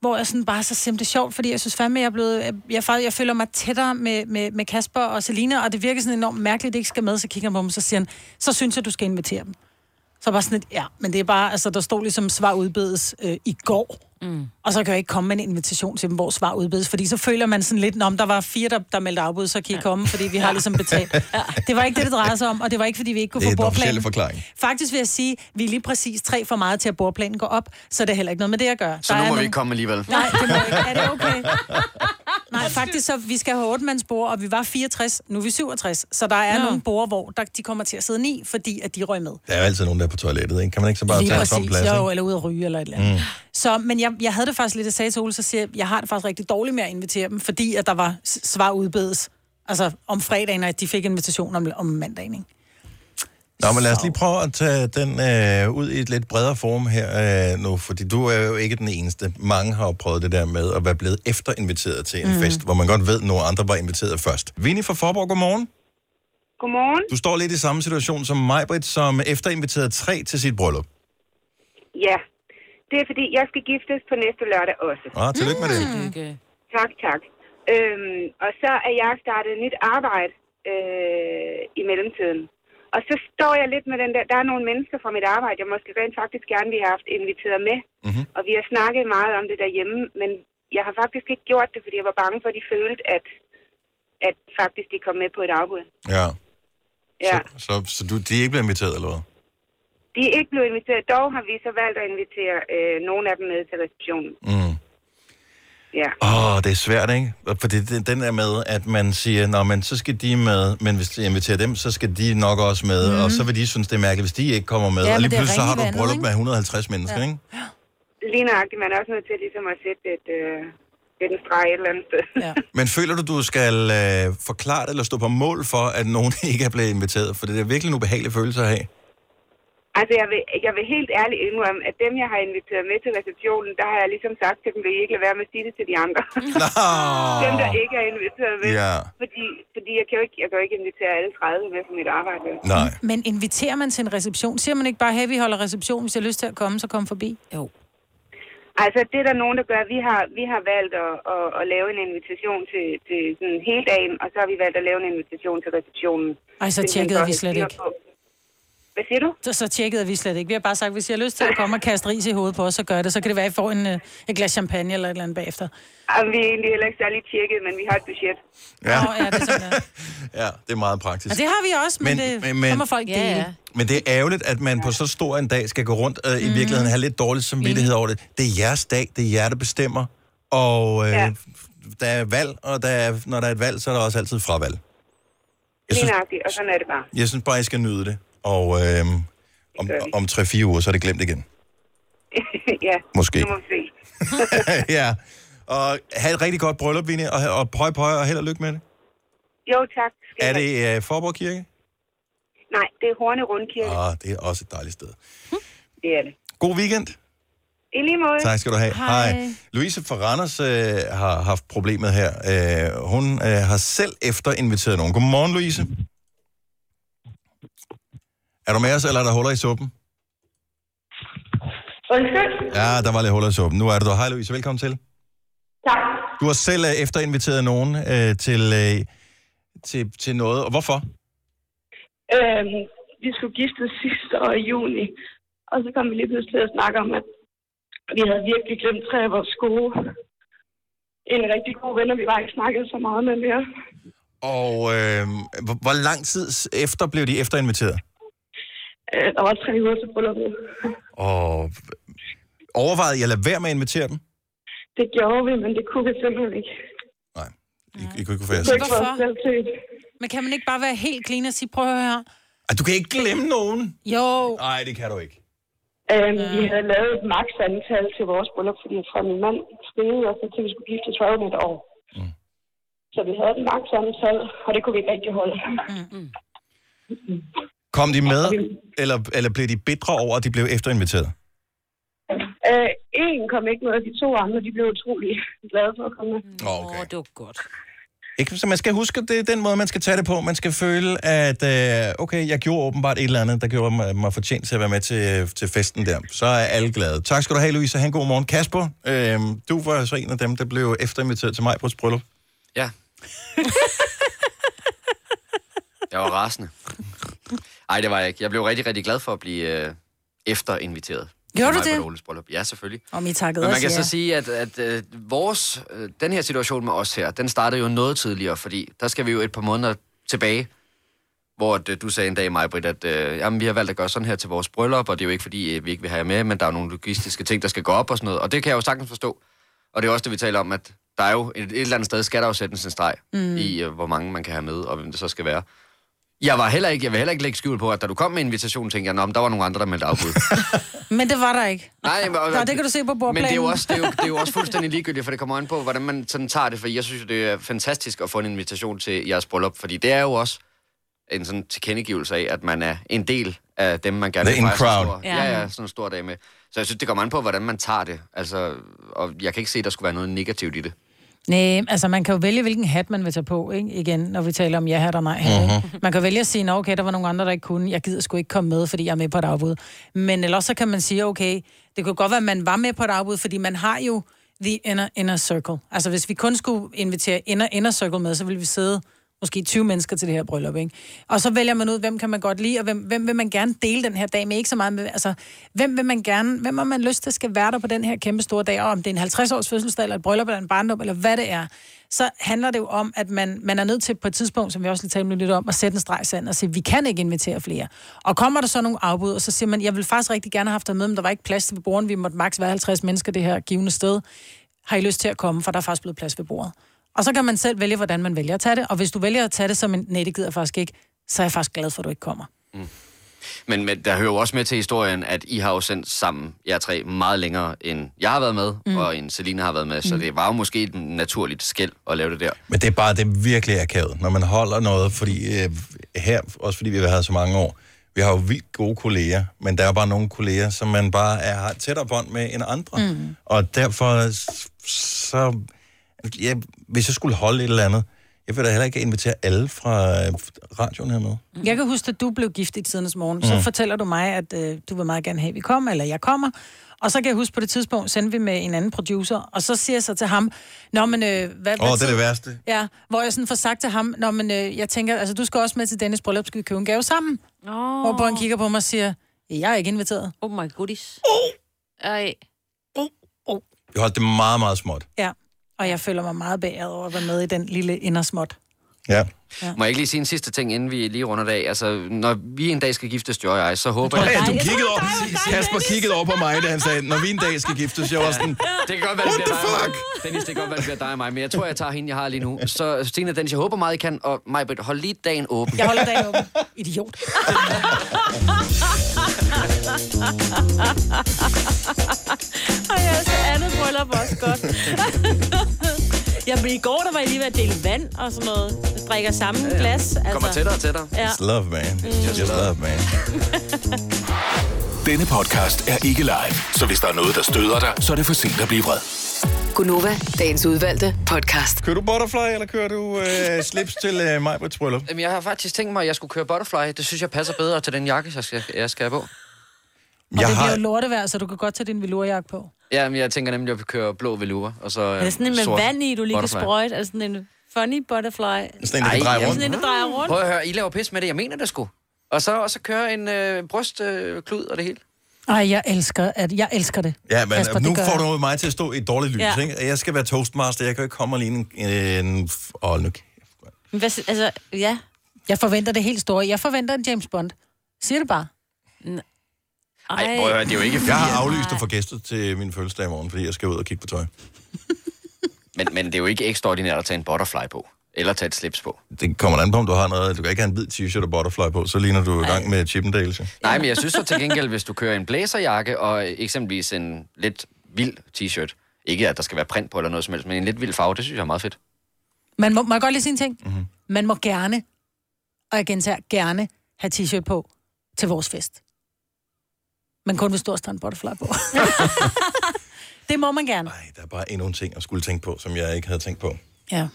hvor jeg sådan bare så simpelthen sjovt, fordi jeg synes fandme, jeg er blevet, jeg, jeg, faktisk- jeg føler mig tættere med, med, med Kasper og Selina, og det virker sådan enormt mærkeligt, at det ikke skal med, så kigger han på mig, så siger han, så synes jeg, du skal invitere dem. Så bare sådan et, ja, men det er bare, altså der stod ligesom, svar udbedes øh, i går. Mm. Og så kan jeg ikke komme med en invitation til dem, hvor svar udbedes, fordi så føler man sådan lidt, om der var fire, der, der meldte afbud, så kan I komme, fordi vi har ligesom betalt. Ja. Det var ikke det, det drejede sig om, og det var ikke, fordi vi ikke kunne Det er få den officielle bordplanen. forklaring. Faktisk vil jeg sige, at vi er lige præcis tre for meget til, at bordplanen går op, så det er heller ikke noget med det at gøre. Så Der er nu må vi nogle- ikke komme alligevel. Nej, det må ikke. Er det okay? Nej, faktisk så, vi skal have ottemandsbord, og vi var 64, nu er vi 67, så der er Nå. nogle bord, hvor der, de kommer til at sidde i, fordi at de røg med. Der er jo altid nogen, der er på toilettet, ikke? Kan man ikke så bare tage en tom plads? jeg er ikke? jo eller ude at ryge eller et eller andet. Mm. Så, men jeg, jeg havde det faktisk lidt, jeg sagde til Ole, så siger jeg, jeg har det faktisk rigtig dårligt med at invitere dem, fordi at der var s- svar udbedes, altså om fredagen, og at de fik invitation om, om mandagen, ikke? Nå, men lad os lige prøve at tage den øh, ud i et lidt bredere form her øh, nu, fordi du er jo ikke den eneste. Mange har jo prøvet det der med at være blevet efterinviteret til en Mm. mm. fest, hvor man godt ved, når andre var inviteret først. Vinnie fra Forborg, godmorgen. Godmorgen. Du står lidt i samme situation som Majbrit, som efterinviterede tre til sit bryllup. Ja, det er fordi, jeg skal giftes på næste lørdag også. Ah, tillykke med det. Tak, tak. Øhm, og så er jeg startet nyt arbejde øh, i mellemtiden. Og så står jeg lidt med den der, der er nogle mennesker fra mit arbejde, jeg måske rent faktisk gerne ville have haft inviteret med. Mhm. Mm-hmm. Og vi har snakket meget om det derhjemme, men jeg har faktisk ikke gjort det, fordi jeg var bange for, at de følte, at, at faktisk de kom med på et afbud. Ja. Ja. Så, så du, de er ikke blevet inviteret, eller hvad? De er ikke blevet inviteret, dog har vi så valgt at invitere øh, nogle af dem med til receptionen. Mm. Ja. Åh, det er svært, ikke? For det, det- den er med, at man siger, Nå, men så skal de med, men hvis jeg inviterer dem, så skal de nok også med, Mhm. mm. og så vil de synes, det er mærkeligt, hvis de ikke kommer med. Ja, og men lige det er pludselig så har ringe du i vandet, et bryllup ikke? med 150 mennesker, ja. ikke? Lige nøjagtigt, man er også nødt til ligesom at sætte et, øh, lidt en streg et eller andet sted. Ja. Men føler du, du skal øh, forklare det, eller stå på mål for, at nogen ikke er blevet inviteret? For det er virkelig en ubehagelig følelse at have. altså, jeg vil, jeg vil helt ærligt indrømme, at dem, jeg har inviteret med til receptionen, der har jeg ligesom sagt til dem, vil I ikke lade være med at sige det til de andre. dem, der ikke er inviteret med. Ja. Fordi, fordi jeg, kan jo ikke, jeg kan jo ikke invitere alle 30 med på mit arbejde. vel? Nej. Men inviterer man til en reception? Siger man ikke bare, hey, vi holder reception, hvis jeg har lyst til at komme, så kom forbi? Jo. Altså, det er der nogen, der gør. Vi har, vi har valgt at, at, at lave en invitation til, til sådan hele dagen, og så har vi valgt at lave en invitation til receptionen. Ej, så Simpelthen tjekkede for vi at slet styre ikke. på. Hvad siger du? Så, så tjekkede vi slet ikke. Vi har bare sagt, hvis I har lyst til at komme og kaste ris i hovedet på os, så gør det. Så kan det være, at I får en, øh, et glas champagne eller et eller andet bagefter. Jamen, vi er egentlig heller ikke særlig tjekket, men vi har et budget. Ja, Nå, ja, det er sådan, ja det er meget praktisk. Og det har vi også, men, men, det, men, men så må folk dele. Ja, ja. Men det er ærgerligt, at man på så stor en dag skal gå rundt og øh, i virkeligheden have lidt dårlig samvittighed over det. Det er jeres dag, det er jer, der bestemmer. Og øh, Ja. ja. der er valg, og der er, når der er et valg, så er der også altid fravalg. Jeg Lige synes, nøjagtigt, og sådan er det bare. jeg synes bare, I skal nyde det. Og øh, om, om 3-4 uger, så er det glemt igen. ja, Måske. Nu må vi se. ja. Og have et rigtig godt bryllup, Vinnie, og, og pøj, pøj, og held og lykke med det. Jo, tak. Skal Er I have. det øh, Forborg Kirke? Nej, det er Horne Rundkirke. Ah, det er også et dejligt sted. Det er det. God weekend. I lige måde. Tak skal du have. Louise fra Randers øh, har haft problemet her. Øh, hun øh, har selv efter inviteret nogen. Godmorgen, Louise. Er du med os, eller er der huller i suppen? Undskyld. Ja, der var lidt huller i suppen. Nu er det du. Hej, Louise. Velkommen til. Tak. Du har selv øh, efter inviteret nogen øh, til, øh, til, til noget. Og hvorfor? Øhm, vi skulle giftes sidste år i juni, og så kom vi lige pludselig til at snakke om, at vi havde virkelig glemt tre af vores gode. En rigtig god ven, og vi var ikke snakket så meget med mere. Og øh, hvor, hvor lang tid s- efter blev de efterinviteret? Øh, der var tre uger til brylluppet. Og overvejede jeg at lade være med at invitere dem? Det gjorde vi, men det kunne vi simpelthen ikke. I, I kunne ikke få Det jeres kunne ikke Hvorfor? vores selvtid. Men kan man ikke bare være helt clean og sige, prøv at høre her. Ej, Du kan ikke glemme nogen. Jo. Nej, det kan du ikke. Øhm, vi havde lavet et max antal til vores bryllup, fordi fra min mand spillede, og så til vi skulle gifte os om et år. Mm. mm. Så vi havde et max antal, og det kunne vi ikke rigtig holde. Mm. Kom de med, eller, eller blev de bitre over, at de blev efterinviteret? Øh, en kom ikke med, og de to andre de blev utrolig glade for at komme med. Okay. Åh, det var godt. Ikke? Så man skal huske, at det er den måde, man skal tage det på. Man skal føle, at øh, okay, jeg gjorde åbenbart et eller andet, der gjorde mig, mig fortjent til at være med til, til festen der. Så er alle glade. Tak skal du have, Louise. Han god morgen. Kasper, øh, du var så en af dem, der blev efterinviteret til mig på et bryllup. Ja. jeg var rasende. Ej, det var jeg ikke. Jeg blev rigtig, rigtig glad for at blive øh, efterinviteret. Gjorde Til du Maja det? Baloles bryllup. Ja, selvfølgelig. Om I takkede Men man os, kan ja. så sige, at, at øh, vores, øh, den her situation med os her, den startede jo noget tidligere, fordi der skal vi jo et par måneder tilbage, hvor at, øh, du sagde en dag, mig, Britt, at øh, jamen, vi har valgt at gøre sådan her til vores bryllup, og det er jo ikke fordi, øh, vi ikke vil have jer med, men der er jo nogle logistiske ting, der skal gå op og sådan noget, og det kan jeg jo sagtens forstå. Og det er også det, vi taler om, at der er jo et, et eller andet sted, skal der jo sættes en streg Mm. mm. i, øh, hvor mange man kan have med, og hvem det så skal være. Jeg, var heller ikke, jeg vil heller ikke lægge skjul på, at da du kom med invitationen, tænkte jeg, at der var nogle andre, der meldte afbud. Men det var der ikke. Nej, men, Nå, det kan du se på bordplanen. Men det er, jo også, det, er jo, det er jo også fuldstændig ligegyldigt, for det kommer an på, hvordan man sådan tager det. For jeg synes jo, det er fantastisk at få en invitation til jeres bryllup, fordi det er jo også en sådan tilkendegivelse af, at man er en del af dem, man gerne The in fejre sådan en crowd. Stor, ja, ja, sådan en stor dag med. Så jeg synes, det kommer an på, hvordan man tager det. Altså, og jeg kan ikke se, at der skulle være noget negativt i det. Nej, altså man kan jo vælge, hvilken hat man vil tage på, ikke? Igen, når vi taler om ja-hat og nej-hat, Mhm. ikke? Man kan vælge at sige, "Nå, okay, der var nogle andre, der ikke kunne. Jeg gider sgu ikke komme med, fordi jeg er med på et afbud. Men ellers så kan man sige, okay, det kunne godt være, at man var med på et afbud, fordi man har jo the inner, inner circle. Altså hvis vi kun skulle invitere inner, inner circle med, så ville vi sidde måske 20 mennesker til det her bryllup, ikke? Og så vælger man ud, hvem kan man godt lide, og hvem, hvem vil man gerne dele den her dag med, ikke så meget med, altså, hvem vil man gerne, hvem har man lyst til skal være der på den her kæmpe store dag, og om det er en 50-års fødselsdag, eller et bryllup, eller en barndom, eller hvad det er, så handler det jo om, at man, man er nødt til på et tidspunkt, som vi også lige talte med lidt om, at sætte en streg i sandet og sige, vi kan ikke invitere flere. Og kommer der så nogle afbud, og så siger man, jeg vil faktisk rigtig gerne have haft dig med, men der var ikke plads til ved bordene, vi måtte maks være 50 mennesker det her givende sted. Har I lyst til at komme, for der er faktisk blevet plads ved bordet. Og så kan man selv vælge, hvordan man vælger at tage det. Og hvis du vælger at tage det som en, nej, det gider jeg faktisk ikke, så er jeg faktisk glad for, at du ikke kommer. Men, men der hører jo også med til historien, at I har jo sendt sammen, jer tre, meget længere, end jeg har været med, Mm. mm. og end Selina har været med. Så Mm. det var jo måske et naturligt skæld at lave det der. Men det er bare, det er virkelig akavet, når man holder noget, fordi øh, her, også fordi vi har været så mange år, vi har jo vildt gode kolleger, men der er jo bare nogle kolleger, som man bare er, har et tættere bånd med end andre. Mm. Og derfor, s- så, ja, hvis jeg skulle holde et eller andet, jeg vil da heller ikke invitere alle fra øh, radioen her med. Mm. Jeg kan huske, at du blev gift i tidens morgen. Så Mm. fortæller du mig, at øh, du vil meget gerne have, at vi kommer, eller jeg kommer. Og så kan jeg huske, på det tidspunkt sendte vi med en anden producer, og så siger jeg så til ham, Nå, men, øh, hvad, Åh, hvad det er tid- det værste. Ja, hvor jeg sådan får sagt til ham, Nå, men øh, jeg tænker, altså du skal også med til Dennis bryllup, skal vi købe en gave sammen? Oh. Hvor han kigger på mig og siger, jeg er ikke inviteret. Oh my goodies. Oh. Ej. Oh. Oh. Vi holdt det meget, meget småt. Ja, og jeg føler mig meget beæret over at være med i den lille indersmåt. Ja. Ja. Må jeg ikke lige sige en sidste ting, inden vi lige runder det af? Altså, når vi en dag skal giftes, jo jeg, så håber jeg... Ja, du kiggede over, Kasper kiggede over på mig, da han sagde, når vi en dag skal giftes, jeg var sådan, Det kan godt være, det bliver dig og mig. Dennis, det kan godt være, det bliver dig og mig, men jeg tror, jeg tager hende, jeg har lige nu. Så Stine og Dennis, jeg håber meget, I kan, og mig, hold lige dagen åben. Jeg holder dagen åben. Idiot. Og jeg så andet bryllup også godt. ja, men i går, der var jeg lige ved at dele vand og sådan noget. Jeg drikker samme ja, ja. glas. Altså. Kommer tættere og tættere. Ja. It's love, man. It's just love, man. Denne podcast er ikke live, så hvis der er noget, der støder dig, så er det for sent at blive vred. Gunova, dagens udvalgte podcast. Kører du butterfly, eller kører du øh, slips til øh, mig på bryllup? Jamen, jeg har faktisk tænkt mig, at jeg skulle køre butterfly. Det synes jeg passer bedre til den jakke, jeg skal, jeg skal have på. Og jeg Jeg det har- bliver jo lortevejr, så du kan godt tage din velurjakke på. Jamen, jeg tænker nemlig, at vi kører blå velour, og så øhm, Er det sådan en med sort vand i, du lige kan butterfly. sprøjte? Altså sådan en funny butterfly? Sådan en, der kan Ej, dreje jamen. rundt. Sådan en, der drejer rundt. Prøv at høre, I laver pis med det, jeg mener det sgu. Og så også køre en øh, brystklud øh, klud og det hele. Ej, jeg elsker, at jeg elsker det. Ja, Kasper, men Kasper, det nu gør får jeg. du mig til at stå i et dårligt lys, Ja. ja. ikke? Jeg skal være toastmaster, jeg kan jo ikke komme og ligne en... en oh, nu, Men Hvad, si- altså, ja. Jeg forventer det helt store. Jeg forventer en James Bond. Siger det bare. Ej, prøv at høre, det er jo ikke Jeg har aflyst at få gæster til min fødselsdag i morgen, fordi jeg skal ud og kigge på tøj. Men, men det er jo ikke ekstraordinært at tage en butterfly på. Eller tage et slips på. Det kommer an på, om du har noget. Du kan ikke have en hvid t-shirt og butterfly på, så ligner du i gang med Chippendales. jo. Nej, men jeg synes så til gengæld, hvis du kører en blæserjakke og øh, eksempelvis en lidt vild t-shirt, ikke at der skal være print på eller noget som helst, men en lidt vild farve, det synes jeg er meget fedt. Man Mhm. må, må jeg godt lige sige en ting? Mm-hmm. Man må gerne, og jeg gentager, gerne have t-shirt på. til vores fest. Men kun hvis du også tager en butterfly på. det må man gerne. Der er bare endnu en ting, jeg skulle tænke på, som jeg ikke havde tænkt på. Ja.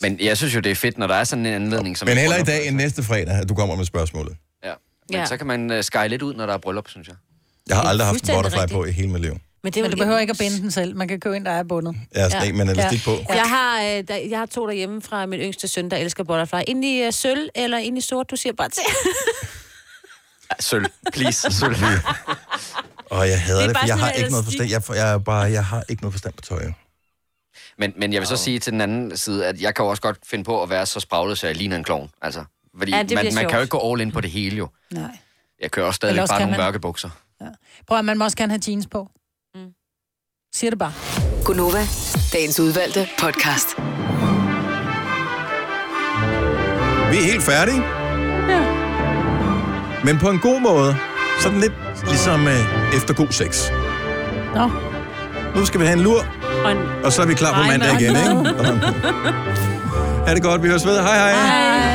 Men jeg synes jo, det er fedt, når der er sådan en anledning. Som Men jeg heller i prøver- dag end næste fredag, at du kommer med spørgsmålet. Ja. Men Ja. ja. så kan man uh, skyle lidt ud, når der er bryllup, synes jeg. Jeg har aldrig haft en fuldstændig butterfly rigtigt. på i hele mit liv. Men, det er jo, men du behøver ikke at binde den selv. Man kan købe en, der er bundet. Ja, sådan en med en elastik på. Jeg har, øh, der, jeg har to derhjemme fra min yngste søn, der elsker butterfly. Ind i øh, sølv eller ind i sort, du siger bare til. Ja, sølv. Please, sølv. Og jeg Det hader det, er det bare for jeg sådan har en ikke noget elastik. forstand. Jeg, jeg, er bare, jeg har ikke noget forstand på tøj. jo. Men, men jeg vil så sige til den anden side, at jeg kan jo også godt finde på at være så spraglet, så jeg ligner en klovn. Altså, fordi Ja, ja, det bliver man, man kan jo sjovt. ikke gå all in på det hele jo. Nej. Jeg kører Eller også stadigvæk også bare kan nogle man. mørke bukser. Prøv at man må også gerne have jeans på. Mm. Siger det bare. Gunova, dagens udvalgte podcast. Vi er helt færdige. Ja. Men på en god måde. Sådan lidt ligesom øh, efter god sex. Nå. Nu skal vi have en lur, Og en og så er vi klar på Ej, mandag nej. igen, ikke? Og- Ha' det godt, vi høres ved. Hej hej. hej.